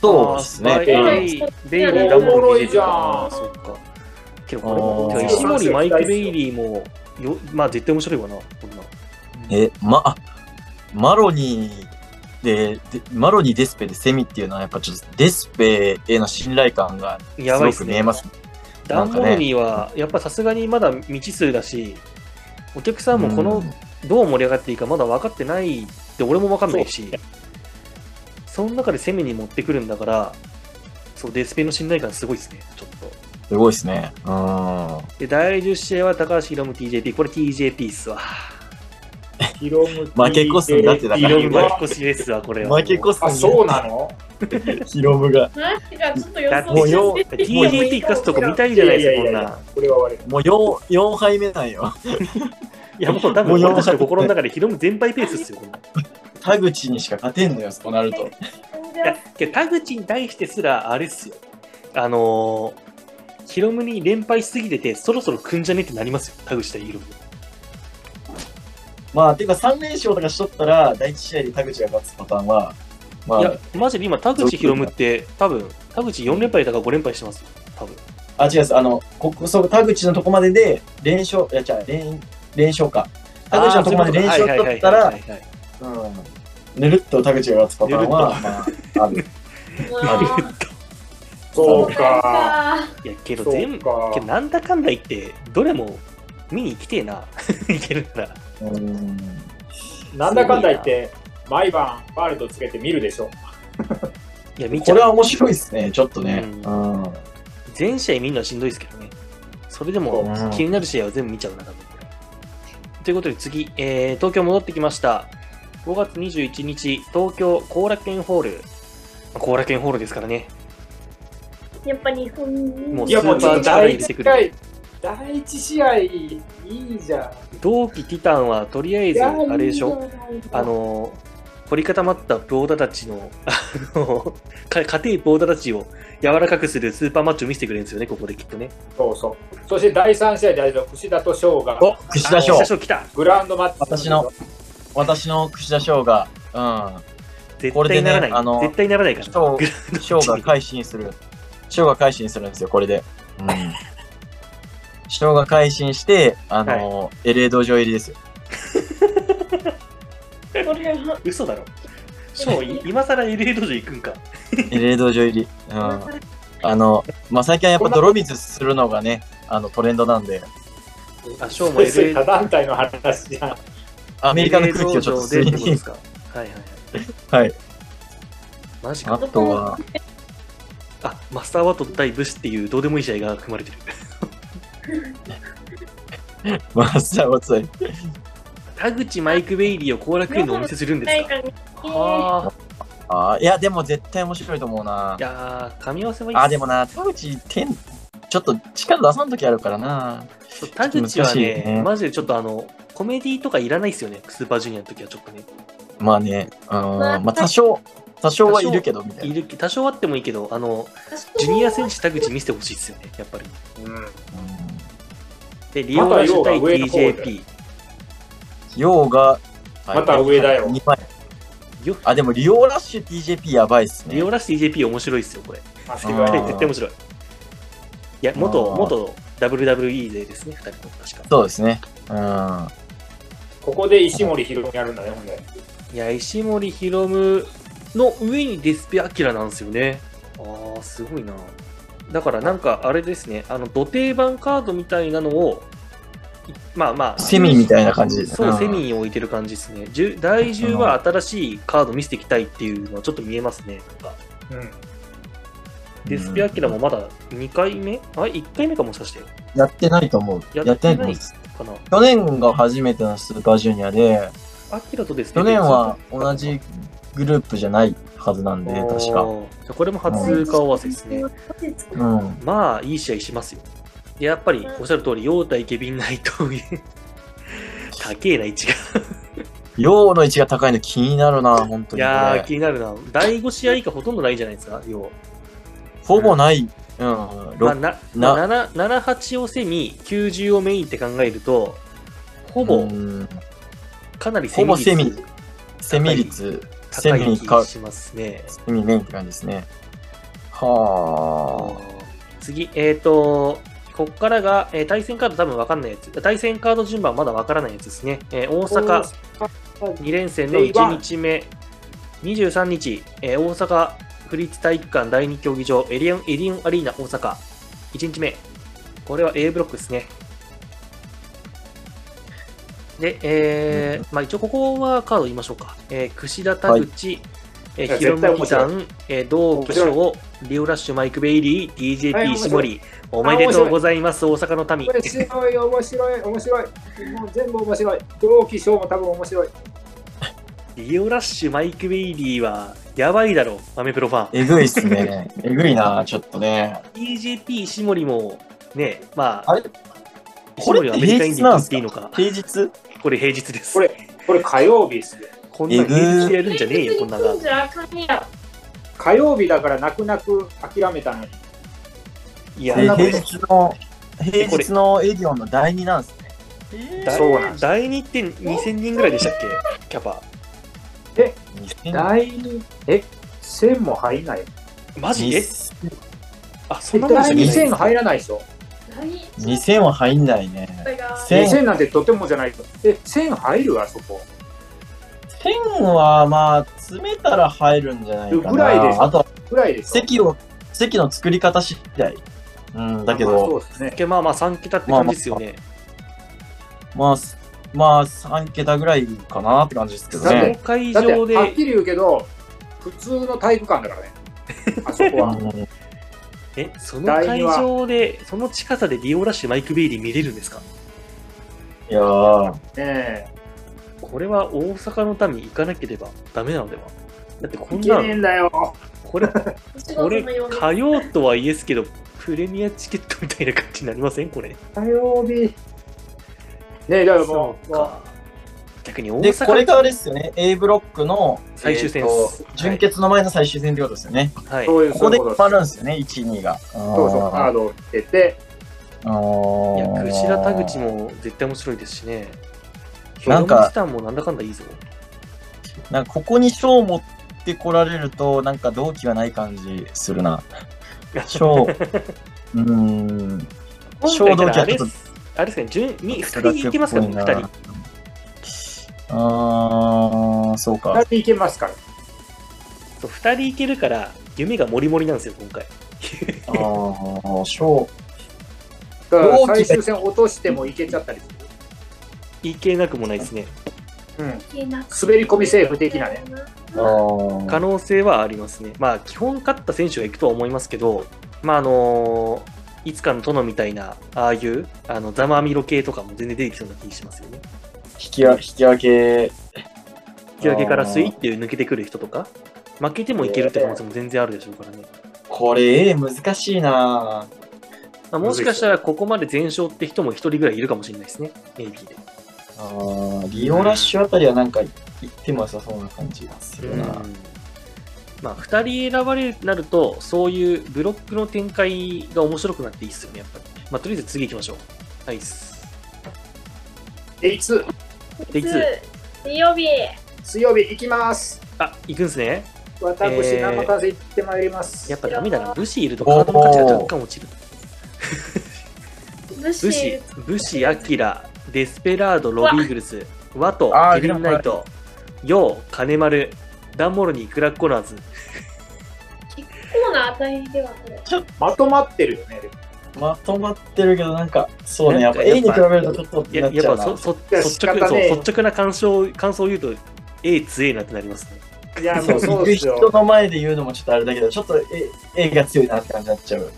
そうですあーね。ベイはリいー、ベイリー、ラモンおもろいじゃんあーそっか。けどこれも、あてーか石森、マイク・ベイリーも、よまあ絶対面白いわな、こんな。え、ま、あマロニーで、でマロニーデスペでセミっていうのはやっぱちょっとデスペへの信頼感がやばいっすすごくね見えますね。ダなんンかモねーニーは、やっぱさすがにまだ未知数だし、お客さんもこの、どう盛り上がっていいかまだ分かってないって俺も分かんないし、その中で攻めに持ってくるんだから、そう、デスペの信頼感すごいですね、ちょっと。すごいですね。うん。 あで、第10試合は高橋宏夢 TJP。これ TJP っすわ。ヒロム負け越すんだってだからヒロ宏ム夢が負け越しですわ、これは。負け越すあ、そうなのヒロムが。マジかちょっと予だって想しもうて TJP 勝つとこ見たいじゃないですか、こいやいんやいなや。これは悪い。もう 4, 4杯目なんよ。いや、もう多分俺たちの心の中で宏夢全敗ペースですよ、こんな。田口にしか勝てんのよ、そうなると。いやけど田口に対してすらあれっすよあのー、ヒロムに連敗しすぎててそろそろくんじゃねってなりますよ田口対ヒロムまあ、ていうか3連勝とかしとったら、第1試合で田口が勝つパターンは、まいあや、マジで今田口ヒロムって多分田口4連敗だから5連敗してますよ多分あ、違うです。あの、ここ、そう、田口のとこまでで、連勝、いや、じゃあ、連、連勝か。田口のとこまで連勝だったはいらは、いはいはいはいうんぬるっと田口が勝つパターンは、まあ、ある。まあそうそっか。いやけどそう全部かけどなんだかんだ言ってどれも見に来てえな いけるならうんなんだかんだ言って、毎晩ワールドつけて見るでしょ。いや見ちこゃれうは面白いですね、ちょっとね。ううん全試合見るのはしんどいですけどねそれでもうん気になる試合は全部見ちゃうな多分これということで次、えー東京戻ってきました5月21日東京後楽園ホール後楽園ホールですからねやっぱ日本もういや、もうちょっとスーパ第ー力入れて一く試る合、第一試合いいじゃ同期ティタンはとりあえずあれでしょあのー凝り固まったボーダたちの、 あのか硬いボーダたちを柔らかくするスーパーマッチを見せてくれるんですよね、ここできっとね。ん。そうそう。そして第三試合であれだよ、串田と翔がお、串田翔あ。来たグランドマッチ。私の。私の串田翔が、こ絶対れでなねらない。あの絶対ならないから。翔グラうん、翔が改心する。翔が改心するんですよ、これで。うん。翔が改心して、あの、LA 道場入りですよ。これは嘘だろ。翔、い 今更 LA 道場行くんか。 LA 道場入り。うん。あの、まあ、最近はやっぱ泥水するのがね、あの、トレンドなんで、あ、翔もそうです LA ね他団体の話じゃん。アメリカの空気をちょっと吸道場でっていことでにす。か。はいはい。はい。マジか。あとは、あ、マスターワト対ブスっていうどうでもいい試合が組まれてる。マスターバツ田口マイク・ベイリーを後楽園のお見せするんですか。はあ。。ああ、いや、でも絶対面白いと思うないやー、噛み合わせはいいっすあ、でもな、田口、天、ちょっと力出さんときあるからな。そう田口はね難しいねマジでちょっとあの、コメディとかいらないですよね、スーパージュニアの時はちょっとね。まあね、うん、まあまあ多少、多少はいるけど、みたいいな。る多少あってもいいけど、あの、ジュニア選手田口見せてほしいですよね、やっぱり。うん。で、リオナシュ対 TJP。ようが、また上だよ2枚よあ、でも、リオラッシュ TJP やばいっすリねオ。ラシュ TJP 面白いですよ、これ。あそうんここれは絶対面白い。いや、元、あー元 WWE 勢ですね、2人とも確か。そうですね。うん。ここで石森宏美やるんだね、ほんで。いや、石森博夢の上にデスペアキラなんですよね。ああ、すごいな。だからなんかあれですね、あの、土定番カードみたいなのを、いまあまあ、セミみたいな感じ。そう、んセミに置いてる感じですね。じゅ第10は新しいカード見せていきたいっていうのはちょっと見えますね。なんかうん。デスペアキラもまだ2回目あれ ?1 回目かもしかしてかやってないと思う。ややってないってないと思うです。な。去年が初めてのスーパージュニアで、アキラとデスペ去アキラ年は同じグループじゃないはずなんで、確か。おーじゃあこれも初顔合わせですね。うん。まあ、いい試合しますよ。でやっぱりおっしゃる通り、ヨータイケビンナイト、高えな、位置が。ようの位置が高いの気になるな、本当いにこれ。やー、気になるな。第5試合以下ほとんどないじゃないですか、要ほぼない。うん。まあ、な6な7、7、8をセミ、90をメインって考えると、ほぼうんかなりセほミぼ率セミ、セミ率、セ高いミ気かが、しますね。セミメインって感じですね。あーは次、えっ、と、こっからが、えー対戦カード多分分かんないやつ。対戦カード順番まだ分からないやつですね。えー大阪2連戦の1日目、23日、えー大阪府立体育館第2競技場エリアン、エリオンアリーナ大阪、1日目。これは A ブロックですね。で、えーまあ一応ここはカード言いましょうか。えー櫛田田口、えいやー、ひろむきさ絶対ん、えー、同期賞、リオラッシュ、マイク・ベイリー、はい面白 DJP、い石森、おめでとうございます、大阪の民こ。れ白い、面白い、面白い。もう全部面白い。同期賞も多分面白い。リオラッシュ、マイク・ベイリーは、やばいだろ、アメプロファンあ。。えぐいっ すね。えぐいな、ちょっとね。 DJP、石森も、ね、まあ、あれ石こ森れっはてアメリカ平インデ日ィーなんっすてかいいのか。平日これ平日です。これこれ火曜日ですね。こんなん平日でやるんじゃねえよ、こんなが。火曜日だから泣く泣く諦めたのに。いえや、平なこと日の、え平これ日のエディオンの第2なんすね。だそうなんです第2って2000人ぐらいでしたっけ、キャパ。 2000第2、え、1000も入んない。マジであ、そんなもんじ第ゃない2000入らないでしょ。 2000は入んないね。千2000なんてとてもじゃないと。え、1000入るあそこ。 1000はまあ、詰めたら入るんじゃないかな。ぐらいでしょあと、ぐらいでしょ。席を、席の作り方次第。うん、だけまあそど、うですね。まあまあ3桁って感じですよね。まあ、すまあ、3桁ぐらいかなって感じですけどまあまあね。 3回以だって、上ではっきり言うけど、普通の体育館だからね。あそこうは。んえ、その会場で、その近さでリオラッシュマイク・ベイリー見れるんですかいやー、えこれは大阪の民行かなければダメなのではだっえてこんいけなねえん、んだよ。これ、お仕こ事れ、のような火曜とは言えすけど、プレミアチケットみたいな感じになりませんこれ。火曜日。ねえ、だからもう、もか。逆に大で、これがあ阪れですよね、A ブロックの最終戦えっーすと準決の前の最終戦ってことですよね。はうい。そういう、こそこういでうこ決とまです。るんですよね、1、2が。そうそう、カードを入れて、いいや、串田田口も絶対面白いですしね。ななんんかか、スタンもなんだかんだいいぞ。なんかここに賞を持ってこられると、なんか動機がない感じするな。賞、 うーん、今回衝動だ期からはあちれょっっとすあれですね、順に2人いけますかね、二2人。あー、そう2か。人行けますから。そう2人いけるから、夢がもりもりなんですよ、今回。あー、賞。だから大きい最終戦落としてもいけちゃったりすいけなくもないですね。る。うん。滑滑り込みセーフ的なね。あー可能性はありますね。まあ、基本勝った選手が行くとは思いますけど、まあ、あのいつかの殿みたいな、ああいう、あの、ざまみろ系とかも全然出てきそうな気しますよね。引きわ引き分け。引き分けからスイあッーて抜けてくる人とか、負けてもいけるって可能性も全然あるでしょうからね。これ、難しいなまあ、もしかしたら、ここまで全勝って人も1人ぐらいいるかもしれないですね。AB で。あーリオラッシュあたりはなんか行っても良さそうな感じがするな、まあ、2人選ばれるとなると、そういうブロックの展開が面白くなっていいっすよね、やっぱり。まあ、とりあえず次行きましょう。はいっす。 H2、で、いつ、水曜日水曜日行きます。あ、行くんすね。私、えー生活行ってまいります。やっぱダメだな。武士いるとカードの価値が若干落ちる。武武士士、武士、アキラ、デスペラード、ロビーグルス、ワトあ、ーエビンナイト、ヨウ、カネマル、ダンモロニー、クラッコナーズ。コーナー当たりではないまとまってるよね。でもまとまってるけどなんかそうねなやっんぱか A に比べるとちょっとっいてなや、っちやっゃうぱそなそや率仕直方ねえそう率直な感想感想を言うと、A 強えなってなりますね。いや、もうそそうう行くです人よ。の前で言うのもちょっとあれだけどちょっと A, A が強いなって感じになっちゃう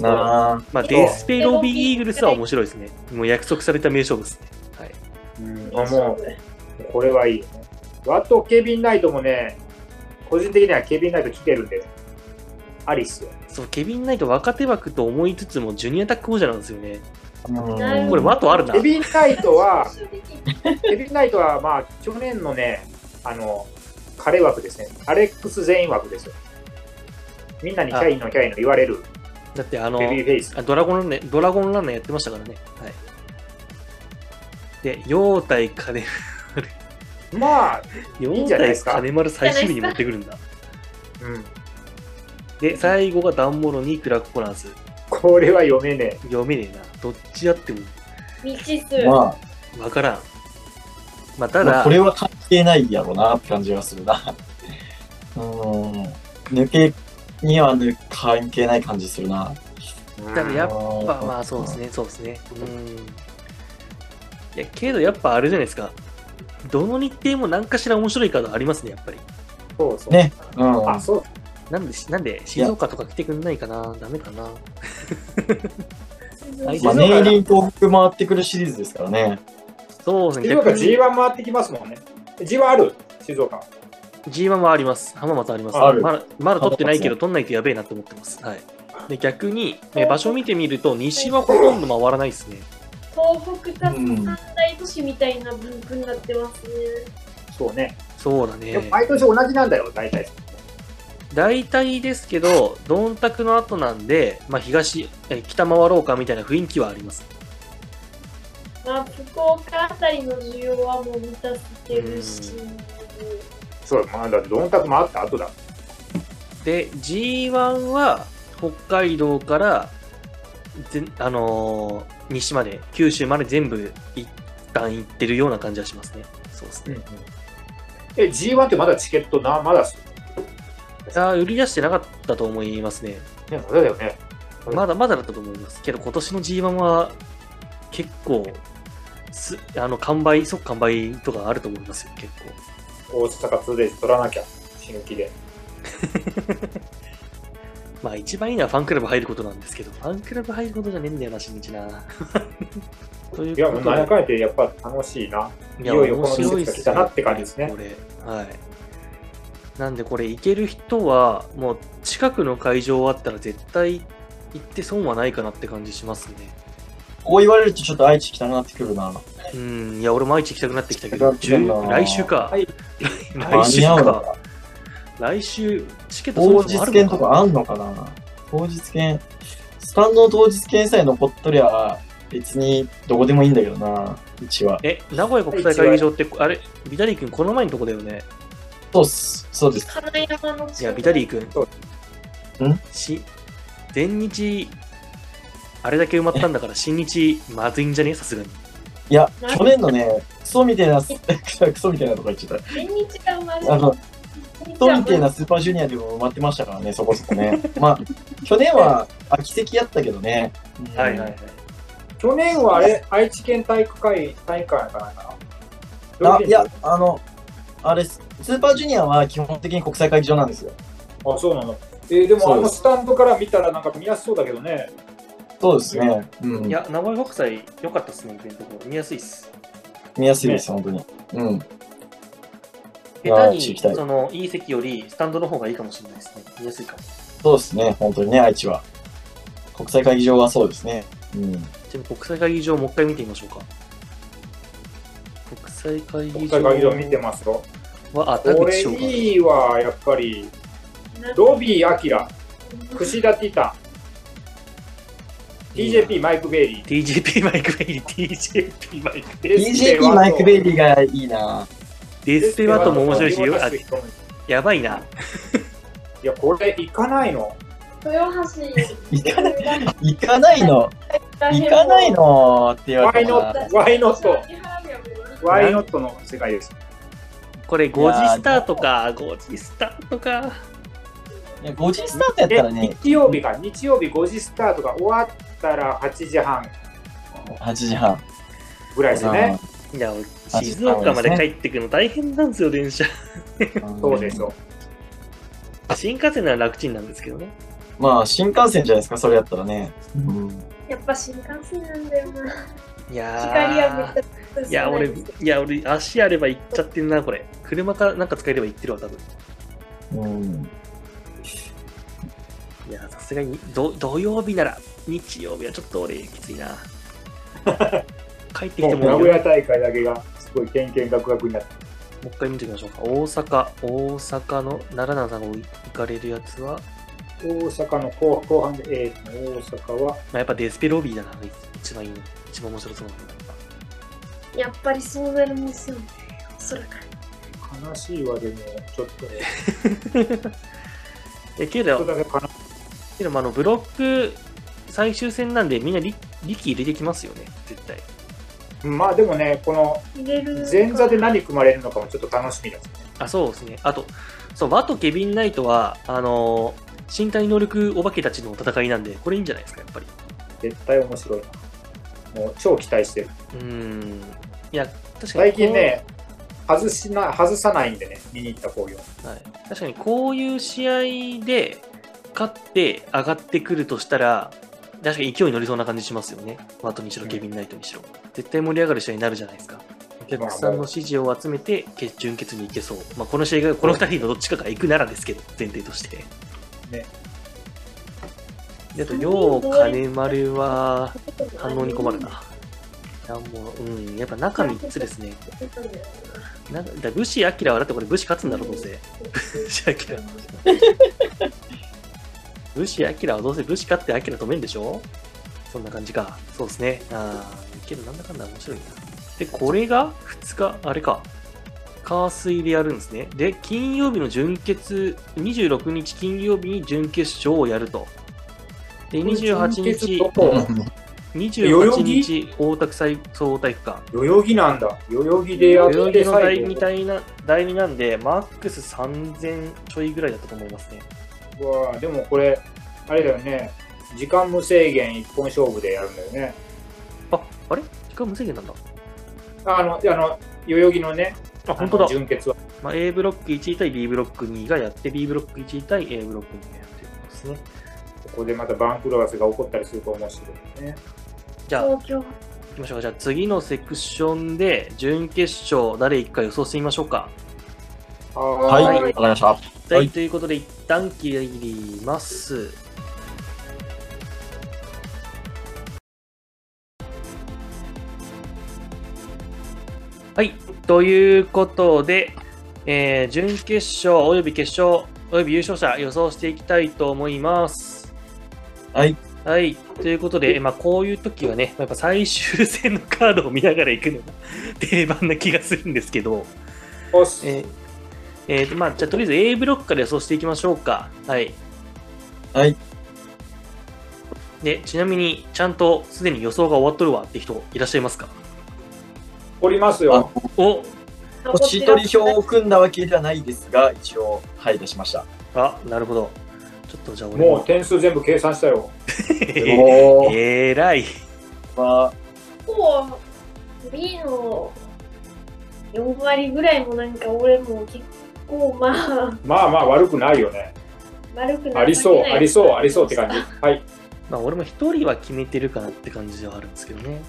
なあまあ、そうデスペロビーイーグルスは面白いですね。もう約束された名勝負ですね。はい。うん、もう、これはいいよね。ワト、ケビン・ナイトもね、個人的にはケビン・ナイト来てるんで、ね、アリスよ。そう、ケビン・ナイト若手枠と思いつつも、ジュニアタック王者なんですよね。うんこれ、ワトあるなケ。ビン・ナイトは、 正直ケビン・ナイトは、まあ、去年のね、あの、彼枠ですね。アレックス・全員枠ですよ。みんなにキャインのキャインの言われるだって、あの、ベビーフェイス。あドラゴンランナー、ドラゴンランナーやってましたからね。はい。で、妖体金、まあ、いんじゃないで妖す体か金丸最終日に持ってくるんだ。うん。で、最後がダンボロにクラッコナーズ。これは読めね読めねえな。どっちやっても未知数まわからん。まあ、あ、たまあだ、これは関係ないやろうなって感じがするな うん抜けには抜関係ない感じするなえ。ただやっぱ、うんまあそうですね、そうですね。うん。いや、けどやっぱあれじゃないですか。どの日程も何かしら面白いカードありますね、やっぱり。そうそう。ねうんあ、そう。なんで、なんで静岡とか来てくんないかなダメかなはいま静あ、ネ岡イリン東北回ってくるシリーズですからね。そうですね、静岡逆に G1 回ってきますもんね。G1 ある静岡。 G1 はあります。浜松あります。あるまだまだ取ってないけど、取んないとやべえなと思ってます。はい。で、逆に、え場所を見てみると、西はほとんど回らないですね。東北た三大都市みたいな分布になってますね。そうね。そうだでもね。毎年同じなんだよ、大体。大体ですけど、どんたくの後なんで、まあ、東、え北回ろうかみたいな雰囲気はあります。まあ、福岡あたりの需要はもう満たせてるし、そう、まあ、だってどんたく回った後だ。で、G1 は、北海道から、ぜあのー西まで、九州まで全部一旦行ってるような感じはしますね。そうですね。え、G1 ってまだチケットな、まだすいやー売り出してなかったと思いますね。ね、そうだよね。うんまだまだだったと思いますけど、今年の G1 は結構す、あの完売、即完売とかあると思いますよ、結構。大阪ツーデイズ取らなきゃ、死ぬ気で。まあ一番いいのはファンクラブ入ることなんですけど、ファンクラブ入ることじゃねえんだよな、新日な。 といういや、もこうと何でやかんやってやっぱ楽しいな。いいやよいよこ面の季白い節が来たなって感じですねっ。すねこれはい。なんでこれ行ける人は、もう近くの会場あったら絶対行って損はないかなって感じしますね。こう言われるとちょっと愛知来たくなってくるな。うん、いや、俺も愛知行きたくなってきたけど、行きたくなってきたな 来週か。はい来週間に合うのか。か。来週、チケット当日券とかああんのかな当日券。スタンドの当日券さえ残っとりゃ、別にどこでもいいんだけどな、うちは。え、名古屋国際会議場って、あれ、ビタリー君、この前のとこだよね。そうっす。そうです。金山の近くいや、ビタリーそう君。んし、全日、あれだけ埋まったんだから、新日、まずいんじゃねさすがに。いや、去年のね、クソみたいな、 クソみたいなとか言っちゃっ全日が生まれた。あの、クトみたいなスーパージュニアでも埋まってましたからね、そこそこね。まあ、去年は空き席やったけどね。うんい。去年はあれ、愛知県体育会、体育会かなんかな。あいや、あの、あれっす、スーパージュニアは基本的に国際会議場なんですよ。あ、そうなの。えーでもそうあでのすスタンドから見たらなんか見やすそうだけどね。そうですね。うん、いや、名古屋国際、良かったっすね、のところ。見やすいっす。見やすいです、本当に。うん。いや下手愛知行に、きたいその、いい席より、スタンドの方がいいかもしれないですね。見やすいかも。そうですね、本当にね、愛知は。国際会議場はそうですね。うん。じゃあ、国際会議場、もう一回見てみましょうか。国際会議国場際会議場見てますよ。は、あ、田こ口れ翔が。いいわ、やっぱり。ロビー・アキラ、櫛田ティタン、TJP マイク・ベイリー。 TJP マイク・ベイリー、TJP マイク・ベイリー。デ BJP マイク・ベイリーがいいな。デスペワートも面白いいし、よあやばいな。や、これ行かないの豊行橋かない、行かないの、行かないのって言わ ?Why れたら not? Why not? 秋葉原でも Why not の世界です。これ、5時スタートか、5時スタートか。いや、5時スタートやったらねで、日曜日が、日曜日5時スタートが終わったら8時半8時半。ぐらいですよね。いや、俺静岡まで帰ってくの大変なんですよ、電車。んそうですよ。新幹線なら楽ちんなんですけどね。まあ、新幹線じゃないですか、それやったらね。うん。やっぱ新幹線なんだよな。いや光はめっちー。ゃ少ないいや、俺、いや、俺、足あれば行っちゃってんな、これ。車かなんか使えれば行ってるわ、多分。うん、いや、さすがに、ど土曜日なら、日曜日はちょっと俺、きつ いな。帰ってきもてうも名もう古屋大会だけがすごいけんけんがくがくになって。一回見てみましょうか。大阪、大阪の、奈良々さんが行かれるやつは、大阪の後後半で、えー、大阪は、まあ、やっぱデスペロビーだな、一番いいの。一番面白そうなの。やっぱりそうなるんですよね。おそらく。悲しいわでも、ちょっとね、え、けちょっど、とだけ悲しいけどまああの、ブロック最終戦なんで、みんな力力入れてきますよね、絶対。まあでもね、この入れる。前座で何組まれるのかもちょっと楽しみですね。あ、そうですね。あと、そう、和とケビン・ナイトは、あのー身体能力お化けたちの戦いなんで、これいいんじゃないですか、やっぱり。絶対面白いな。もう超期待してる。うーん。いや、確かに。最近ね、外しな外さないんでね、見に行った工業。こう。はい、確かに、こういう試合で、勝って上がってくるとしたら、確かに勢いに乗りそうな感じしますよね。ワトにしろ、うんケビン・ナイトにしろ。絶対盛り上がる試合になるじゃないですか。お客さんの支持を集めて、決準決に行けそう。まあ、この試合が、この2人のどっちかが行くならですけど、前提として。ね。で、あと、よう金丸は、反応に困るな。いや、もう、うん、やっぱ中3つですね。出たんだよなんだ武士アキラはだってこれ武士勝つんだろう、どうせ。 武士アキラ。武士アキラはどうせ武士勝ってアキラ止めるんでしょそんな感じか。そうですね。あーけどなんだかんだ面白いな。で、これが2日、あれか。火水でやるんですね。で、金曜日の準決、26日金曜日に準決勝をやると。で、準28決日ど、こ代々28木日、大田区総合体育館。代々木なんだ。代々木でやっ代々木て、の第最2後体な、第2なんで、マックス3000ちょいぐらいだったと思いますね。うわーでもこれ、あれだよね。時間無制限一本勝負でやるんだよね。あ、あれ時間無制限なんだ。あの、あの、代々木のね、あ、本当だあの。純潔は。まあ、A ブロック1位対 B ブロック2がやって、B ブロック1位対 A ブロック2がやってるんですね。ここでまた番狂わせが起こったりすると思うしね。じゃあ、行東京。きましょうか。じゃあ次のセクションで、準決勝、誰行くか予想してみましょうか。ははい、ーわはかいりました。はい、はいということで、一旦切ります。はい、ということで、えー準決勝および決勝および優勝者予想していきたいと思います。はい。はい、ということで、まあ、こういう時はね、やっぱ最終戦のカードを見ながら行くのが 定番な気がするんですけど、おっすえーえーとまあ、じゃあとりあえず A ブロックから予想していきましょうか。はい。はい。で、ちなみに、ちゃんとすでに予想が終わっとるわって人いらっしゃいますかおりますよ。お星取り表を組んだわけではないですが、一応、はい、出しました。あ、なるほど。ちょっとじゃあ俺もう点数全部計算したよ。 おー、えらい。まこう B の4割ぐらいもなんか俺も結構まあまあまあ悪くないよね。悪くなありそう、ありそう、ありそうって感じ。はい。まあ、俺も一人は決めてるかなって感じではあるんですけどね。はい、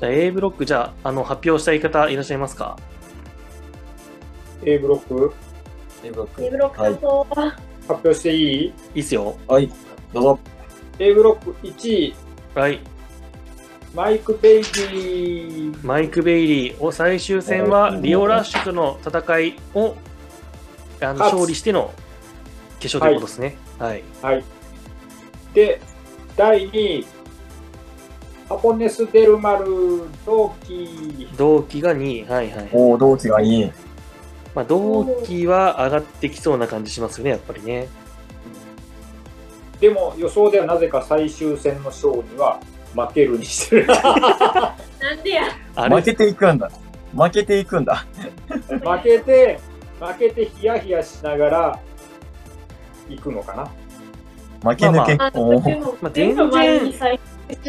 じゃあ A ブロック、じゃあ、あの、発表したい方いらっしゃいますか A ブロックあ、A ブロックじ。ブロックだと、発表していいいいっすよ。はい、どうぞ。 ?A ブロック1位、はい。マイク・ベイビー。マイク・ベイリーを最終戦はリオラッシュとの戦いをあの勝つ勝利しての決勝ということですね。はい。はい。で、第2位、ハポネス・デルマル・同期。同期が2位。はいはい。おー、同期がいい。まあ、同期は上がってきそうな感じしますよね、やっぱりね。でも予想ではなぜか最終戦の勝には負けるにして る。なんでやあ負れけていくんだ。負けていくんだ。負けて、負けてヒヤヒヤしながら行くのかな。負け抜け。あおのーでもまあ全部前に最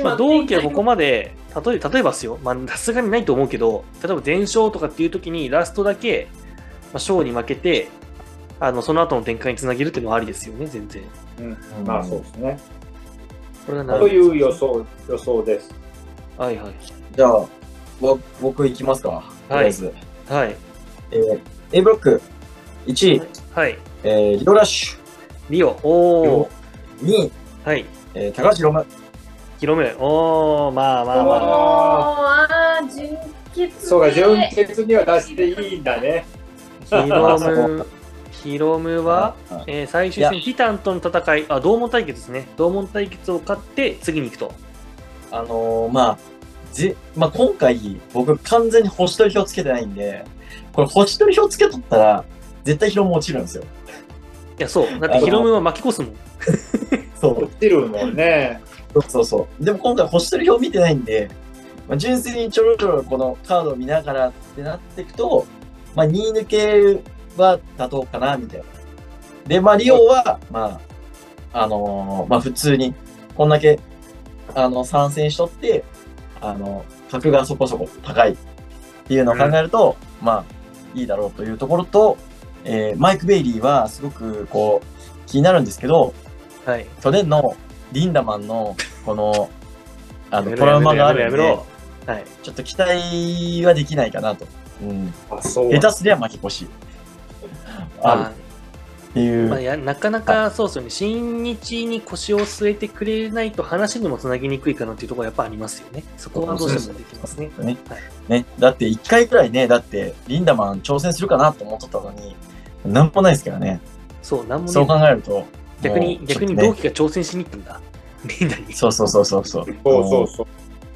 まあ、同期はここまで、例え例えばですよ、まあ、さすがにないと思うけど、例えば全勝とかっていう時にラストだけ、まあ、勝に負けて、あのその後の展開につなげるっていうのはありですよね、全然。うん、まあそうですね。これがなという予。想予想です。はいはい。じゃあ、わ僕行きますか。とりあえず。はい。えー A ブロック、1位、はい。えーリオラッシリオ、おお、ュ、2位、はい、えー高橋ロム、広め、おお、まあまあおまーあ、あー純潔そうか、純潔には出していいんだね。広む、広むは、うんえー最終い戦、ティタンとの戦い、あ、同門対決ですね。同門対決を勝って、次に行くと。あのーまあ、ぜまあ、今回、僕完全に星取り表つけてないんで、これ星取り表つけとったら、絶対ヒロム落ちるんですよ。いや、そう。だっあて、の広むは巻き越すもん。そう落ちるもんね。そうそうそう。でも今回星取り表見てないんで、まあ、純粋にちょろちょろこのカードを見ながらってなっていくと、まあ、2抜けは妥当かな、みたいな。で、まあ、リオは、まあ、あのーまあ、普通に、こんだけ、あの、参戦しとって、あの、格がそこそこ高いっていうのを考えると、まあ、いいだろうというところと、えーマイク・ベイリーはすごく、こう、気になるんですけど、はい。去年のリンダマンのこのあの やめろトラウマがあるやんめろやめでろ、はい。ちょっと期待はできないかなと、うん、あ、そう。下手すりゃ負け越しまあるっていあ、う、まあ、やなかなか、そうですよね。新日に腰を据えてくれないと、話にもつなぎにくいかなっていうところはやっぱありますよね。そこはどうしてもできますね。ねはいね、だって1回くらいねだってリンダマン挑戦するかなと思っとったのになんもないですからねそう、なんもそう考ね、えると逆に、もうちょっ逆とにね同期が挑戦しに行ったんだ。 みんなに。そうそうそうそうそうそうそうそう。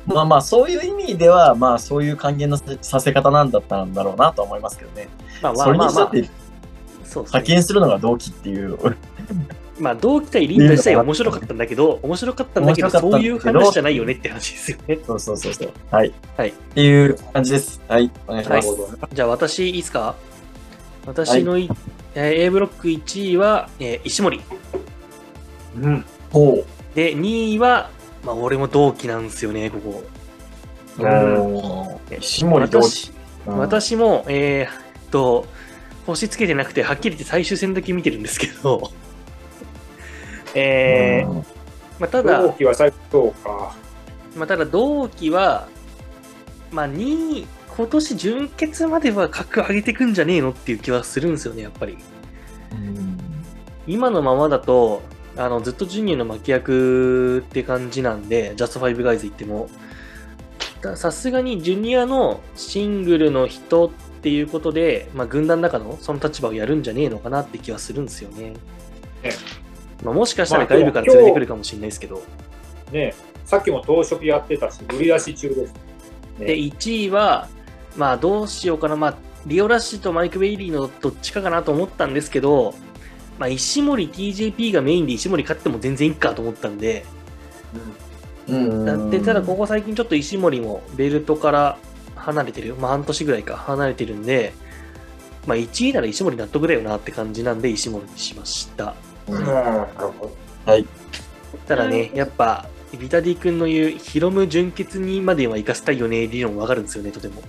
まあまあそういう意味ではまあそういう還元のさせ方なんだったんだろうなと思いますけどね、まあまそあれまあにましたっあて。そうですね派遣するのが動機っていうまあ、同期対リーダー自体は面白かったんだけど、面白かったんだけど、面白かそったうんだいけうど話じゃないよねって話ですよね。そうそうそうそう。はい。はいっていう感じです。はい。お願いしなまるす。ほどね。じゃあ、私、いいですか私のい、えー A ブロック1位は、えー石森。うん。ほで、2位は、まあ、俺も同期なんですよね、ここ。う。おー石森同士。私うん私も、えーっと、星つけてなくて、はっきり言って最終戦だけ見てるんですけど、 えーうんまあ、ただ同、期は最後そうか。まあ、ただ同期は、まあ、2位、今年準決までは格上げてくんじゃねえのっていう気はするんですよね、やっぱり。うん今のままだと、あのずっとジュニアの巻き役って感じなんで、ジャストファイブガイズ行っても。ださすがにジュニアのシングルの人っていうことで、まあ、軍団の中のその立場をやるんじゃねえのかなって気はするんですよねええ。まあ、もしかしたらまあで外も部から連れてくるかもしれないですけど。ねえさっきも当職やってたし、売り出し中です。で、1位は、まあどうしようかな、まあ、リオラッシュとマイク・ベイリーのどっちかかなと思ったんですけど、まあ、石森 TJP がメインで石森勝っても全然いいかと思ったんで、うんだってただここ最近ちょっと石森もベルトから離れてる、まあ半年ぐらいか離れてるんで、まあ1位なら石森納得だよなって感じなんで石森にしました。うんなるほど。ただねう、んやっぱ、ビタディ君の言う、ヒロム純潔にまでは行かせたいよね理論わかるんですよね、とても。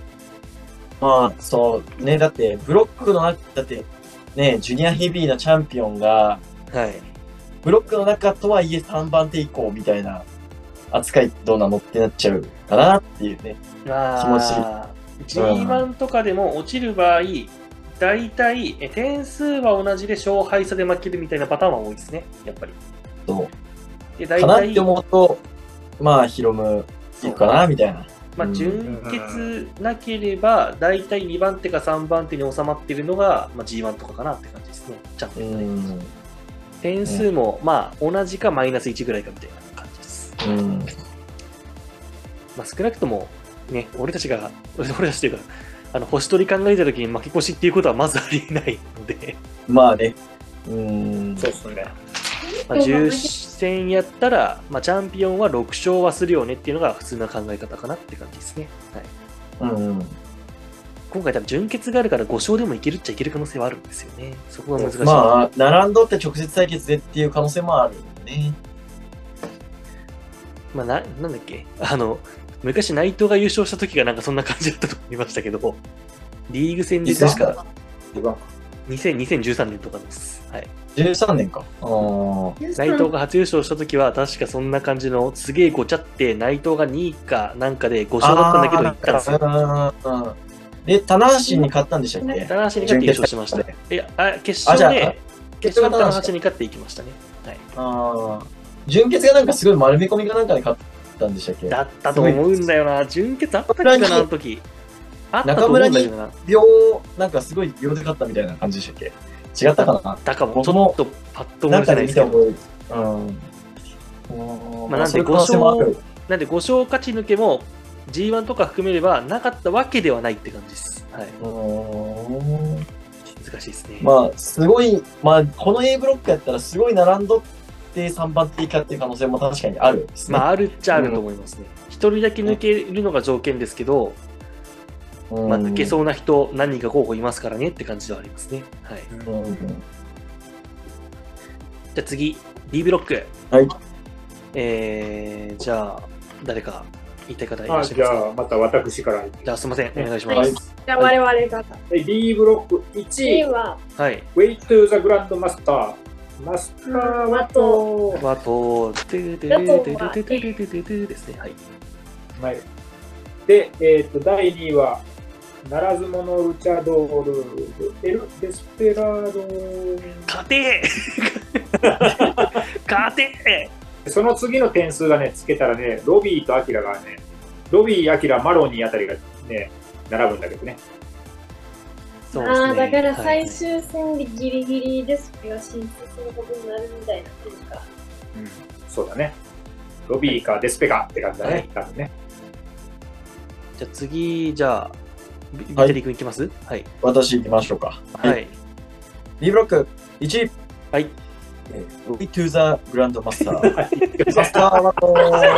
まあ、そう。ね、だって、ブロックの中、だって、ね、ジュニアヘビーのチャンピオンが、はい。ブロックの中とはいえ3番手以降みたいな扱いどうなのってなっちゃうかなっていうね。気持ちいいあー G1 とかでも落ちる場合、大体え点数は同じで勝敗差で負けるみたいなパターンは多いですね、やっぱり。そうで大かなって体、思うと、まあ、ヒロムいくかなみたいな。まあ、うん純潔なければ、大体2番手か3番手に収まっているのが、まあ、G1 とかかなって感じですね。ちゃんとう。ん。点数も、まあ、同じかマイナス1ぐらいかみたいな感じです。うん。まあ、少なくとも、ね、俺たちが、 俺俺たちというか、あの星取り考えた時に負け越しっていうことはまずありえないので。まあね。うん。そうですね。まあ、10戦やったら、まあ、チャンピオンは6勝はするよねっていうのが普通な考え方かなって感じですね。はい、うん。今回多分準決があるから5勝でもいけるっちゃいける可能性はあるんですよね。そこが難しい。まあ、並んどって直接対決でっていう可能性もあるよね。まあ、な、なんだっけ。 あの、昔内藤が優勝した時がなんかそんな感じだったと思いましたけど、リーグ戦で確いつか2000 2013年とかです。はい。 13年か。あー内藤が初優勝した時は確かそんな感じのすげえごちゃって内藤が2位かなんかで5勝だったんだけど行ったんですよ。あーで、棚橋に勝ったんでしたっけ棚橋に勝って優勝しました。いや、あ決あじ勝ゃあで、決決勝勝でで棚棚橋橋に勝っていきましたね。はい、ああ。純潔がなんかすごい丸め込みかなんかで勝ったんでしたっけだったと思うんだよな。準決あったっけかな、あの時。あったと思うんだけどな。あっ秒、なんかすごい秒で勝ったみたいな感じでしたっけ違ったかたかも。ち僕ょもっとパッとな思いなん出せかないでで見すけたど。覚えうん。うんまあなんでそういう可能性もあるなんで5勝勝ち抜けも G1 とか含めればなかったわけではないって感じです。はい、うん難しいですね。まあ、すごい、まあ、この A ブロックやったらすごい並んどって3番手以下っていう可能性も確かにあるですね。まあ、あるっちゃあると思いますね。一、人だけ抜けるのが条件ですけど、うんまあ、抜けそうな人、何人か候補いますからねって感じではありますね。はい、うんうんじゃあ次、B ブロック。はい。えー、じゃあ、誰か言いたい方いらあっしゃいじますかゃあ、また私から。じゃあ、すみません、お願いしまはすい。じゃあ我々が。え B ブロック1位1位、は、はい。 Way to the Grand Master。マスターはと、あと、てるてるてるてるてるてるてるですね。はい。はい、で、えっと第2位は、ならず者ルチャドール、エル・デスペラード。勝て勝てその次の点数がね、つけたらね、ロビーとアキラがね、ロビー、アキラ、マロニーあたりがね、並ぶんだけどね。そうですね。ああ、だから最はい終戦でギリギリですけど、進出することになるみたいな感じか。うん、そうだね。ロビーかデスペかって感じだね、はい多分ね。じゃあ次、じゃあ、ビビはいテリ君いきますはい。私行きましょうか。はい。 B ブロック1位。はい。 Way to the Grandmaster。マスターはこ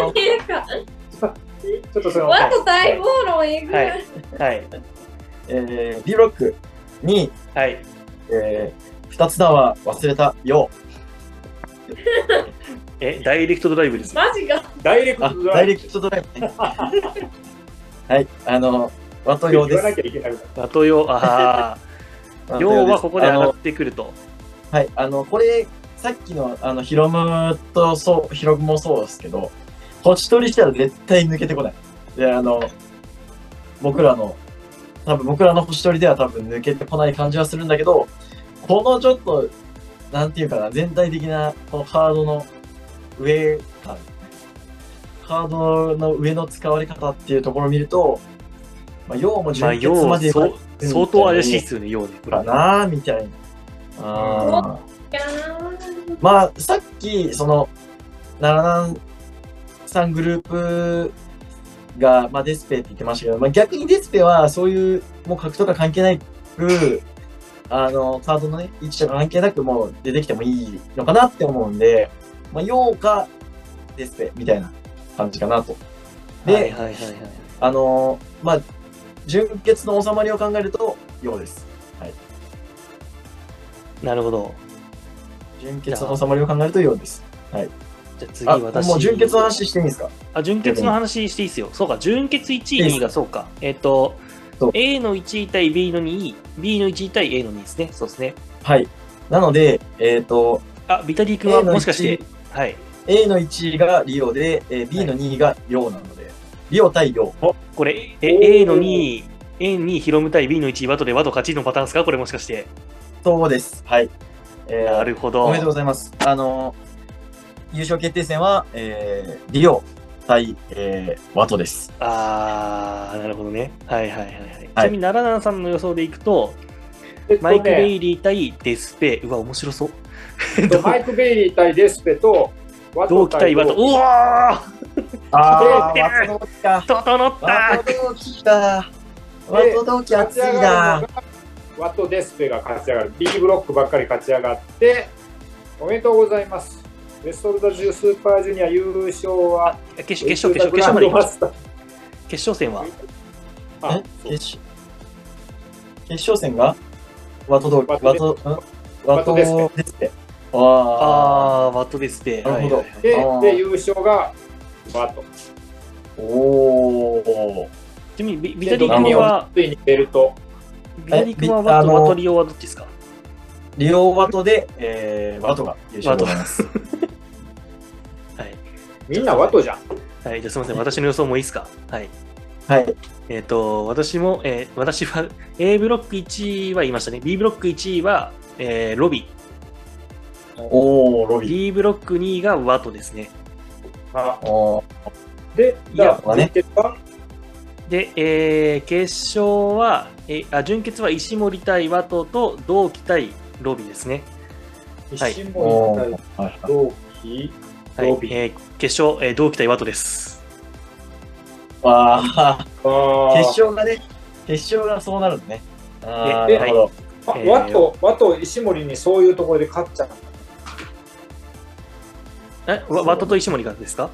うていうか、ちょっとその、わと待望論えぐい。はいはい。えー、B ブロックに、はい。えー、2つだは忘れたよ。え、ダイレクトドライブです。マジが。ダイレクあトド、ラダイイレクトドライブね。はい、あの、和とブ用言わですな。きゃいけない。あとよ、あ和あ、と用要ですはここで上あがっのてくると。はい、あの、これ、さっきの、あの、ヒロムと、そう、ヒロムもそうですけど、星取りしたら絶対抜けてこない。で、あの、僕らの、多分僕らの星取りでは多分抜けてこない感じはするんだけど、このちょっと、なんていうかな、全体的な、このカードの上感、カードの上の使われ方っていうところを見ると、まあ、用もまあ、純潔要まはでそう相当怪しいっすよね、要で。これかな、みたいな。あーいやーまあさっきその奈良南さんグループが、まあ、デスペって言ってましたけど、まあ、逆にデスペはそういうもう格とか関係なくあのカードの、ね、位置とか関係なくもう出てきてもいいのかなって思うんで、まあ、陽かデスペみたいな感じかなと。で、はいはいはいはい。あのまあ純潔の収まりを考えると陽です。なるほど。純潔の収まりを考えると陽です。じゃあ次あ私。もう純潔の話していいんですかあ、純潔の話していいですよ。そうか、純潔1位、いいっ2す位がそうか。えっ、とそう、 A の1位対 B の2位、B の1位対 A の2位ですね。そうですね。はい。なので、えっ、と、あ、ビタディ君は A の1位もしかして、はい。 A の1位がリオで、えー B の2位がヨウなので、リオ対ヨウ。これ、おーえ A の2位、A にヒロム対 B の1位、ワトでワト勝ちのパターンですかこれもしかして。そうです。はい。えーなるほど。おめでとうございます。あのー優勝決定戦は、えーリオ対、えーワトです。あー、なるほどね。はいはいはい。はい、ちはないみに、奈良奈さんの予想でいくと、えっとねマイク・ベイリー対デスペ。うわ、面白そう。どマイク・ベイリー対デスペと、ワ同期対ワト。うわあーワト同期かー。整っワたト同期だ。ワト同期熱い勝ち上がるなの。がワト・デスペが勝ち上がる B ブロックばっかり勝ち上がっておめでとうございますベスト・オブ・ザ・ジュスーパージュニア優勝は決勝、決勝、決勝、決勝まで行きました。決勝戦はあえ決勝決勝戦がワト同期、ワワトト、んワワトトデデスペスペ。ああ。あー、ワットですね。なるほどはいはいはいであーで優勝がワトおお。ちなみにビ、ビタでリドミー君ニオはン、ついにベルトビタリー君はえビワッあト、のワトリオはどっちですかリオワトで、えー、ワトが優勝でございます。はい。みんなワトじゃんはい、じゃあすみません、私の予想もいいですか。はい。はい。えっ、と、私も、えー私は A ブロック1位は言いましたね。B ブロック1位は、えーロビおー、ロー。ビー。 D ブロック2位がワトですね。あおーでじゃいあや準決はで、えー決勝は、えーあ、準決は石森対ワトと同期対ロビーですね。はい石お森ー対はいはい同期はいロビ。ーえー決勝、えー同期対ワトです。わあーー決勝がね、決勝がそうなるのね。あえー、なるほど。あえーワトワト石森にそういうところで勝っちゃったえ、わワトと石森がですか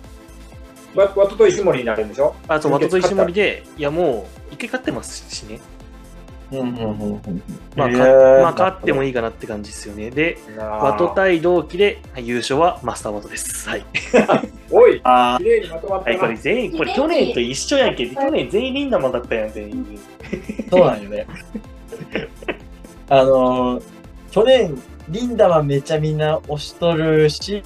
ワワトと石森になるんでしょあ、そう、ワ準決トと石勝森で、いや、もう、一回勝ってますしね。うんうんうんうんまあ、えーかまあ、勝ってもいいかなって感じですよね。で、ったなあワト対同期で、はい優勝はマスターワトです。はい。おいあ綺麗にまとまっ はたい、な、これ全員、これ去年と一緒やんけ。去年全員リンダマンだったやん、全員。ー、そうなんよね。 あのー、去年、リンダはめっちゃみんな押しとるし、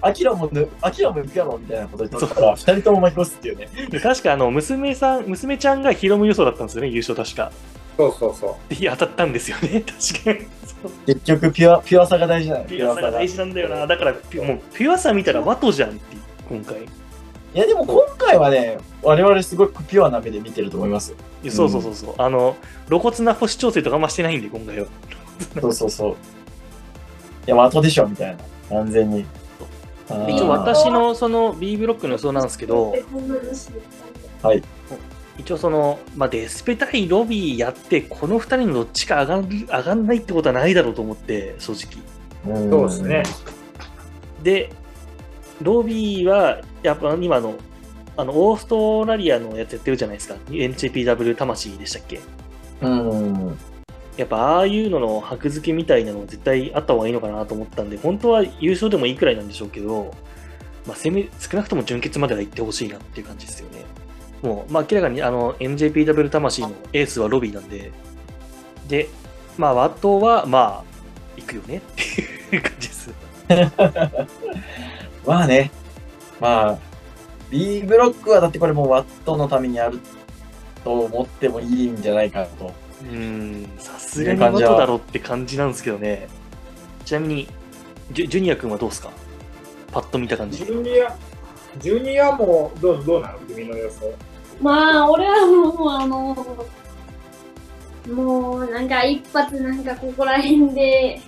アキラもぬ、アキラも行くやろみたいなこと言ってたから、二人とも巻き越すっていうね。で確か、あの、娘さん、娘ちゃんがヒロム予想だったんですよね、優勝確か。そうそうそうで、当たったんですよね、 確かに。そう結局、ピュア、ピュアさが大事なのよピュアさが大事なんだよな。だから、ピュもう、ピュアさ見たらワトじゃんっていう、今回。いいやでも今回はね、我々すごいピュアな目で見てると思い ますよ。やそうそうそうそう。あの、露骨な星調整とかあんましてないんで、今回は。そうそうそう。いや、ワトでしょみたいな。完全に。で 一応、あー私のその B ブロックの予想なんですけど、こんなのして一応その、まあ、デスペ対ロビーやって、この2人のどっちか上がる上がんないってことはないだろうと思って、正直。うんそうですね。で、ロビーは、やっぱ今の、あの、オーストラリアのやつやってるじゃないですか。NJPW 魂でしたっけうん。やっぱああいうのの箔付けみたいなの絶対あった方がいいのかなと思ったんで、本当は優勝でもいいくらいなんでしょうけど、まあ、せめ少なくとも準決までは行ってほしいなっていう感じですよね。もう、まあ、明らかにあの MJPW 魂のエースはロビーなんで、で、まあ、ワットは、まあ、行くよねっていう感じです。まあね。まあ、B ブロックはだってこれもうワットのためにあると思ってもいいんじゃないかと。うーん、さすがにワットだろって感じなんですけどね。ちなみに、ジュジュニア君はどうですかパッと見た感ジじ。ュニア、ジュニアもどうどうなの君の予想。まあ、俺はもう、あの、もう、なんか一発なんかここら辺で、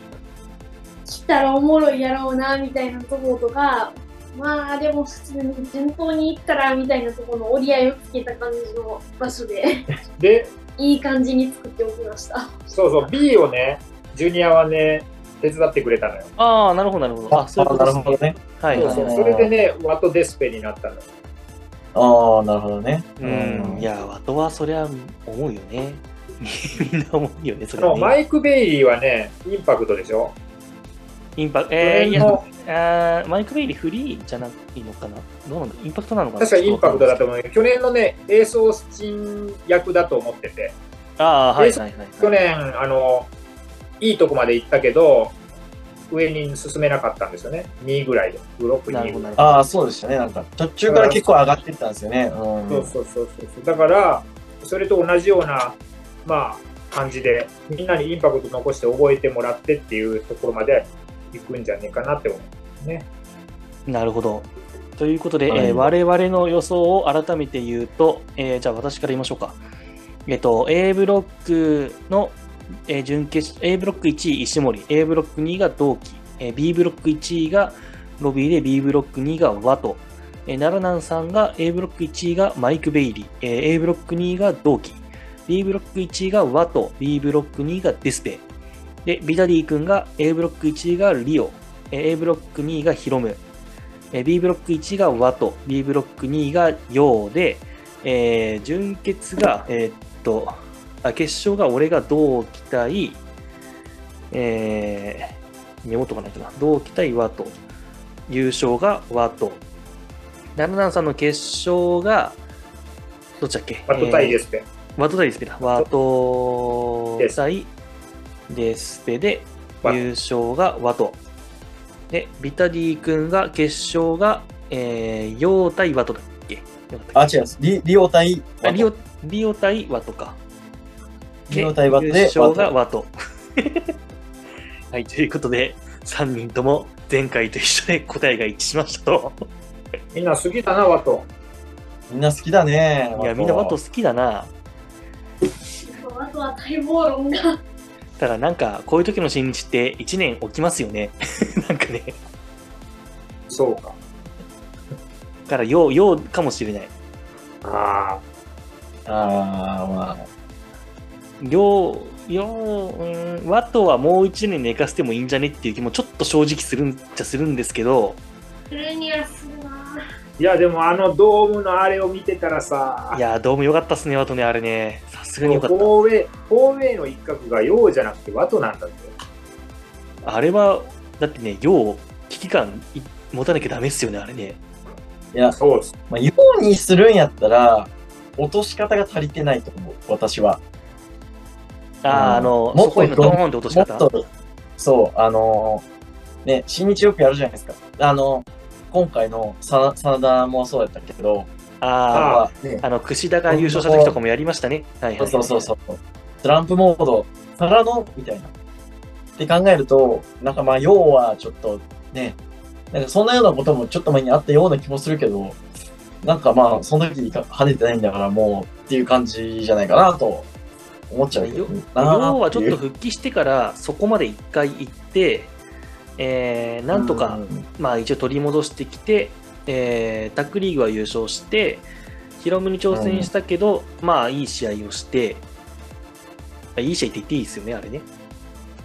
来たらおもろいやろうな、みたいなところとか、まあ、でも普通に順当に行ったら、みたいなところの折り合いをつけた感じの場所で、で、いい感じに作っておきました。そうそう、B をね、ジュニアはね、手伝ってくれたのよ。ああ、なるほど、なるほど。あ、そういうことですなるほどね。はいそうはそい。うそれでね、ワットデスペになったの。ああ、なるほどね。うん、いや、ワトはそりゃ思うよね。みんな思うよね、そあれのはマね。イク・ベイリーはね、インパクトでしょ。インパクト、えー、いそれやもあーマイク・ベイリーフリーじゃないのかなどうなんだインパクトなのかな確かインパクトだとう。思うけど、去年のね、エース・オースチン役だと思ってて、ああー、はいはいはい。去。年、あの、いいとこまで行ったけど、上に進めなかったんですよね。2位ぐらいで、ブロックなる2ほど、位なるほああ、そうでしたね。なんか、途中から結構上がってったんですよね。うん。そうそうそうそう。だから、それと同じような、まあ、感じで、みんなにインパクト残して覚えてもらってっていうところまで行くんじゃねえかなって思う。ね。ど。なるほど。ということで、はいえー我々の予想を改めて言うと、えーじゃあ私から言いましょうか。えっ、と、A ブロックの、えー準決勝、A ブロック1位石森、A ブロック2位が同期、えー B ブロック1位がロビーで B ブロック2位がワト、えー奈良南さんが A ブロック1位がマイク・ベイリー、えー A ブロック2位が同期、B ブロック1位がワト、B ブロック2位がディスペで、ビダディ君が A ブロック1位がリオ、えー A ブロック2位がヒロム、えー B ブロック1位がワト、B ブロック2位がヨウで、えー準決が、えーっと、あ決勝が俺が同期対、えー、メモっとかないとな、同期対ワト、優勝がワト、ナナナンさんの決勝が、どっちだっけバットタイえーですね。ワト対デスペだ。ワト対デスペでワト優勝がワト。で、ビタディ君が決勝が、えー、ヨウ対ワトだっけよかあ、ったっ違う。リリオ対、けあリオリオ対ワト か。リオ対ワット優で、勝がワッワト。 はい、ということで、3人とも前回と一緒で答えが一致しましたと。みんな好きだな、ワト。トみんな好きだね。いや、みんなワト好きだな。あとは待望論が。ただなんか、こういう時の新日って1年起きますよね。 なんかね。そうか。からよう、ようかもしれない。ああ。ああ、まあ。よう、よう、うん、ワトはもう一年寝かせてもいいんじゃねっていう気もちょっと正直するんじゃするんですけど、するにはするないや、でもあのドームのあれを見てたらさ、いやー、どうも良かったっすね、ワトね、あれね。さすがに良かっフォーウェイ、フォーウェイの一角がヨウじゃなくてワトなんだって。た。あれは、だってね、よう、危機感い持たなきゃダメっすよね、あれね。いや、そうです。まあ、ようにするんやったら、落とし方が足りてないと思う、私は。あうんあ、あの、もっとそこへのドーンって落としもっ方。と、そう、あのーね、新日よくやるじゃないですか。あの、今回のさ真田もそうやったけど、ああ、ああ、ね、あの、櫛田が優勝した時とかもやりましたね。はいはそうい。そうそうそう。トランプモード、皿のみたいな。って考えると、なんかまあ、要はちょっとね、なんかそんなようなこともちょっと前にあったような気もするけど、なんかまあ、その時に跳ねてないんだからもうっていう感じじゃないかなと思っちゃうけどよなーていう要はちょっと復帰してから、そこまで一回行って、えー、なんとか、うんまあ、一応取り戻してきて、えータックリーグは優勝してヒロムに挑戦したけど、まあいい試合をしていい試合って言っていいですよねあれね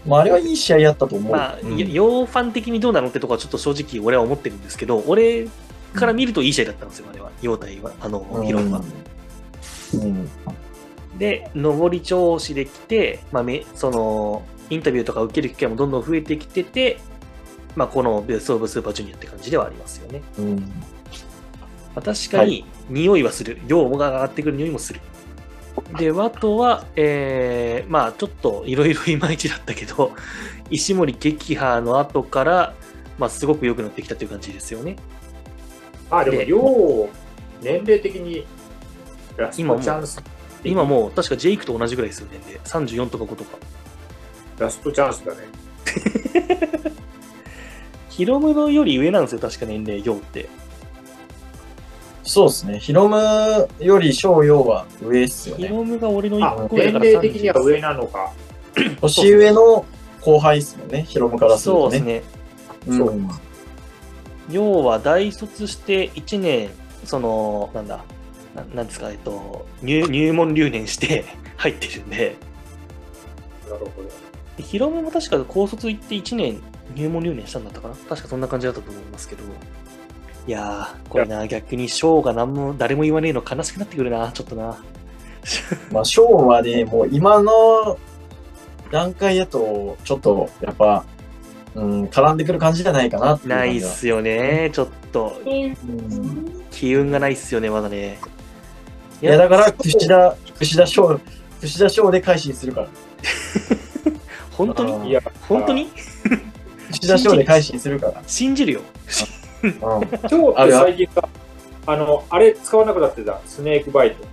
まあ、あれはいい試合やったと思う。まあ、うんよ洋ファン的にどうなのってとこはちょっと正直俺は思ってるんですけど、俺から見るといい試合だったんですよ、あれは。洋対は、あの、議論は。うん。で、上り調子できて、まあ、めその、インタビューとか受ける機会もどんどん増えてきてて、まあ、このベストオブスーパージュニアって感じではありますよね。うん。まあ確かはに、匂いはする。量が上がってくる匂いもする。で、ワトは、えー、まあ、ちょっといろいろいまいちだったけど、 石森撃破の後から、まあ、すごく良くなってきたという感じですよね。あ、でも、で量、年齢的に、ラストチャンス、今もう、確かジェイクと同じぐらいですよね。で34とか5とか。ラストチャンスだね。ヒロムのより上なんですよ、確か年齢、量って。そうですね。ヒロムより小陽は上っすよヒね。ロムが俺のあ1、個上年だから齢的には上なのか。年上の後輩っすもんね。ヒロムからするそうとでね。すね。うんそう要は大卒して1年、その、なんだ、ななんですか、えっと、入入門留年して 入ってるんで、なるほど。でヒロムも確か高卒行って1年入門留年したんだったかな確かそんな感じだったと思いますけど、いやー、これな、逆に翔が何も、誰も言わねえの悲しくなってくるな、ちょっとな。まあ、昭和でもう今の段階だと、ちょっとやっぱ、うん、絡んでくる感じじゃないかなっていう感なじは。いっすよね、ちょっと。えーうん機運がないっすよね、まだね。いや、だから、櫛田、櫛田翔、櫛田翔で改心す るから。本当あーにいや、本当に櫛田翔で改心するから。信じるよ。うん。今日あってるあ最近さ、あの、あれ使わなくなってた、スネークバイト。っ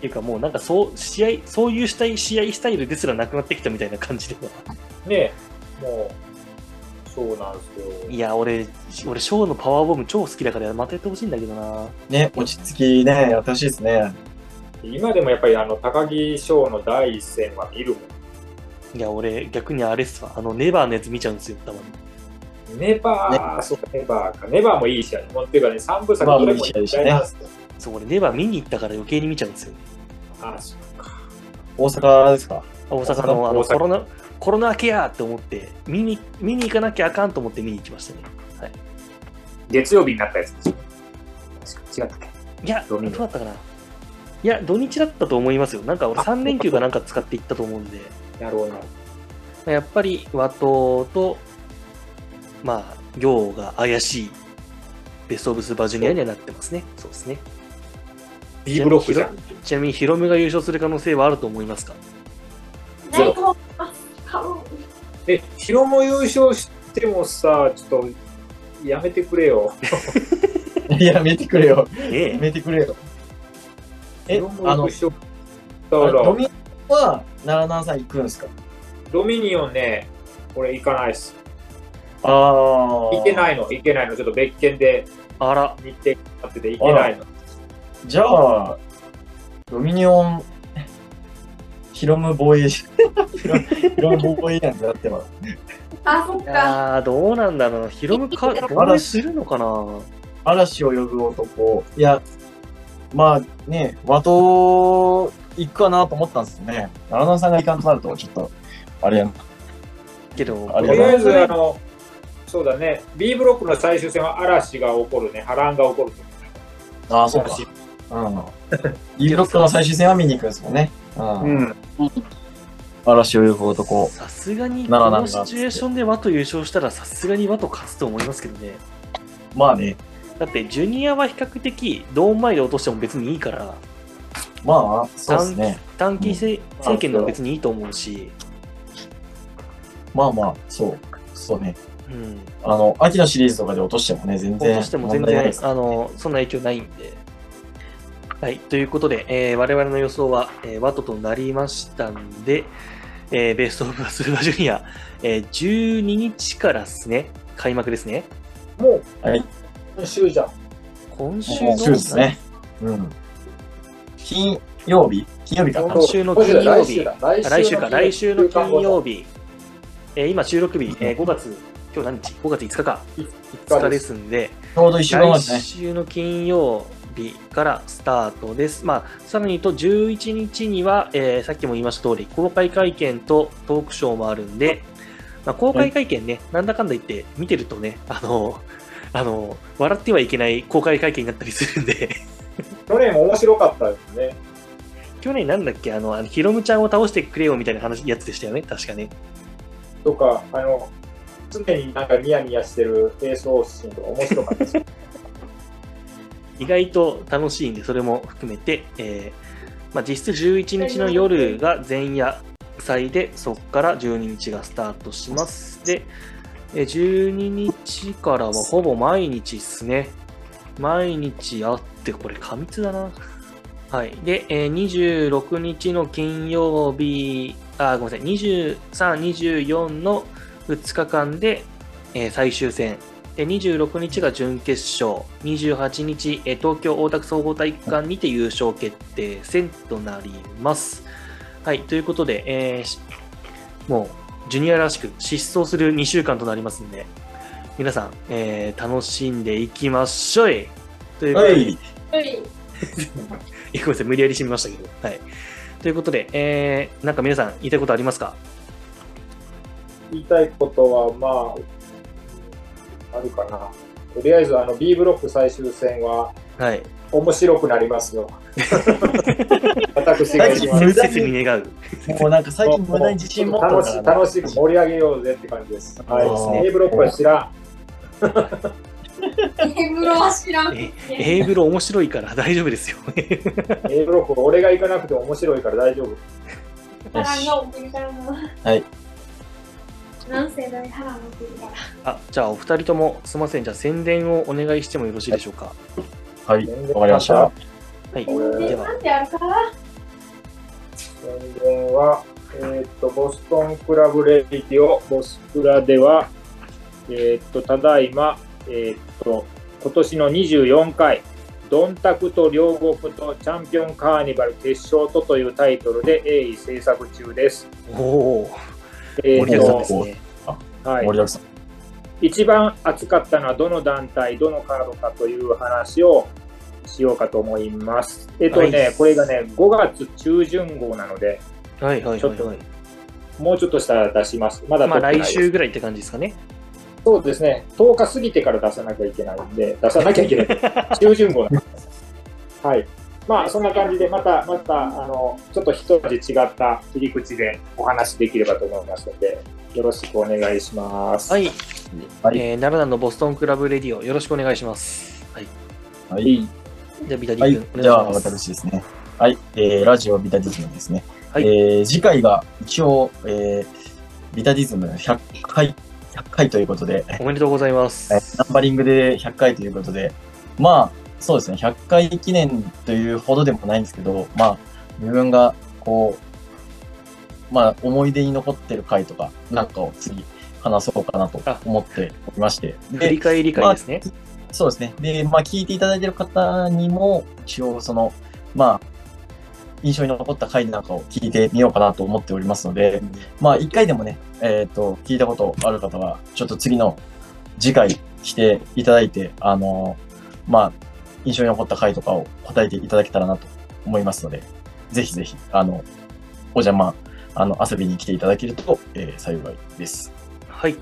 ていうかもうなんかそう試合そういうしたい試合スタイルですらなくなってきたみたいな感じでねえ、もう、そうなんですいよ。や俺俺ショーのパワーボム超好きだからまたやってほしいんだけどなね、落ち着きね、やってほしいですね。今でもやっぱりあの、高木翔の第一戦は見るもいや俺逆にあれっすわあのネバーのやつ見ちゃうんですよたまにん。ネバー、そうネバーか。ネバーもいい試合。もうっていうかね、三部作どれもいい試合なんですよ。そう俺ネバー見に行ったから余計に見ちゃうんですよあ、そうか。大阪で すかあ大阪のあの大阪コロナコロナ明けやーって思って見に見に行かなきゃあかんと思って見に行きましたね月曜日になったやつですよ。確か違ったっいやど土う日だったかないや土日だったと思いますよなんか俺あ3連休かなんか使って行ったと思うんでけなるほどな。やっぱり和藤と、まあ、行が怪しいベストオブスーパージュニアにはなってますね。そうですね。 B ブロックじゃん。ちなみにヒロムが優勝する可能性はあると思いますかゼロないと思います多分え、ヒロも優勝してもさ、ちょっと、やめてくれよ。いや、やめてくれよ。えやめてくれよ。え、ヒロもあの、優勝したあれドら、ミニオンは奈良奈さん行くんですかドミニオンね、これ行かないっす。ああ。行行けい。ないの、行けないの。ちょっと別件であら、日程があってて行けないの。じゃあ、ドミニオン、 ヒロム防衛、ヒロ ヒロム防衛なんてなってます。あそっいかやーどうなんだろうな。ヒロムか、防衛するのかな嵐を呼ぶ男。いや、まあね、和刀行くかなと思ったんですよね。奈良奈さんが行かんとなると、ちょっと、あれやな。けど、とありがりとうあございえず、あの、そうだね、B ブロックの最終戦は嵐が起こるね、波乱が起こると思ああ、う。そうか。うん。イーロックの最終戦は見に行くんですもんね。うん。うん。嵐を呼ぶ男。さすがに、こならなんのだシチュエーションでワト優勝したら、さすがにワト勝つと思いますけどね。まあね、だって、ジュニアは比較的、ドーン前で落としても別にいいから、まあ、そうですね。短期せん政権のは別にいいと思うし、まあまあ、そう。そうね。うん。あの、秋のシリーズとかで落としてもね、全然。落としても全問題ない然です、あの、そんな影響ないんで。はい、ということで、えー我々の予想は、えー、ワトとなりましたんで、えーベストオブスーパージュニア、えー12日からですね、開幕ですね。もう、はい今週じゃん。今週ものうそうですね。うん。金曜日金曜日かな。今週の金曜日来あ来週か、来週の金日。曜日、えー今収録日、え5月、今日何日 ?5 月5日か。 5 5日ですんで、ちょうど一週間前来ですね。週の金曜日からスタートです。まあ、さらに言うと11日には、えーさっきも言いました通り、公開会見とトークショーもあるんで、まあ、公開会見ね、なんだかんだ言って見てるとね、あの、あの、笑ってはいけない公開会見になったりするんで、 去年面白かったですね。去年なんだっけ、あの、あのヒロムちゃんを倒してくれよみたいな話、やつでしたよね、確かね。とか、あの、常になんかニヤニヤしてるエースオーシンとか面白かった です。意外と楽しいんで、それも含めて、えーまあ、実質11日の夜が前夜祭で、そこから12日がスタートします。で、えー12日からはほぼ毎日ですね。毎日あって、これ過密だな。はい。で、えー26日の金曜日、あ、ごめんなさい、23、24の2日間で、えー最終戦で26日が準決勝28日えー東京大田区総合体育館にて優勝決定戦となりますはいということで、えーしもうジュニアらしく失踪する2週間となりますんで皆さん、えー楽しんでいきましょいということはで、い。はい。ごめんなさい無理やり締めましたけどはいということで、えーなんか皆さん言いたいことありますか言いたいことは、まあ、あるかな。とりあえず、あの、B ブロック最終戦ははい面白くなります よ。私が一番切切に願うもうなんか最近無駄に自信持った楽しい、楽しく盛り上げようぜって感じです。そうはですい。ね A ブロックは知らん。テーブルは知 らん。え英語面白いから大丈夫ですよ。 A ブロックは俺が行かなくても面白いから大丈夫。波乱が起きるからもう。はい。何世代波乱が起きるから。あ、じゃあお二人ともすみません。じゃあ宣伝をお願いしてもよろしいでしょうか。はい。わかりました。はい。俺でで、はなんであるか宣伝は、えーっと、ボストンクラブレディオ、ボスクラでは、えーっと、ただいま、えーっと、今年の24回、ドンタクと両国とチャンピオンカーニバル決勝とというタイトルで鋭意制作中です。おおー、え盛りだくさんーでっすね。と、は盛りい。だくさん。一番熱かったのはどの団体、どのカードかという話をしようかと思います。えーっとね、はいこれがね、5月中旬号なので、はいはいちはょっい、とはい。もうちょっとしたら出します。まだまあ取ってないで来す週ぐらいって感じですかね。そうですね、10日過ぎてから出さなきゃいけないんで、出さなきゃいけ ない、中旬号なんです。はい。まあ、そんな感じで、また、また、あの、ちょっと一味違った切り口でお話できればと思いますので、よろしくお願いします。はい。はいえー奈良のボストンクラブレディオよろしくお願いします。はい。はい。じゃあビタリはーい君、おじゃあ願いします。私ですね。はい、えー、ラジオビタディズムですね。はいえー次回が一応、えー、ビタディズム100回、100回ということで、おめでとうございます。えーナンバリングで100回ということで、まあ、そうですね、100回記念というほどでもないんですけど、まあ、自分が、こう、まあ、思い出に残ってる回とか、なんかを次、話そうかなと思っておりまして。振でり返り会ですね。そうですね。で、まあ、聞いていただいている方にも、一応、その、まあ、印象に残った回なんかを聞いてみようかなと思っておりますので、まあ、一回でもね、えっ、と、聞いたことある方は、ちょっと次の次回来ていただいて、あのまあ、印象に残った回とかを答えていただけたらなと思いますので、ぜひぜひ、あの、お邪魔、あの、遊びに来ていただけると、えー幸いです。はい。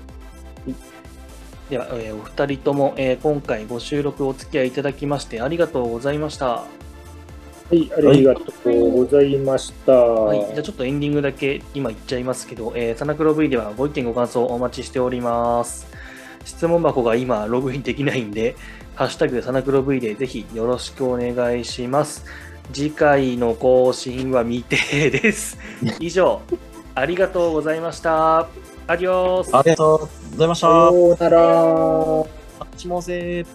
では、えーお二人とも、えー今回ご収録お付き合いいただきましてありがとうございました。はい、ありがとうございました。はい、じゃあちょっとエンディングだけ今言っちゃいますけど、えー、サナクロ V ではご意見ご感想お待ちしております。質問箱が今ログインできないんで、ハッシュタグサナクロ V でぜひよろしくお願いします。次回の更新は未定です。以上、ありがとうございました。アディオス。ありがとうございました。さようなら。待ちもせー。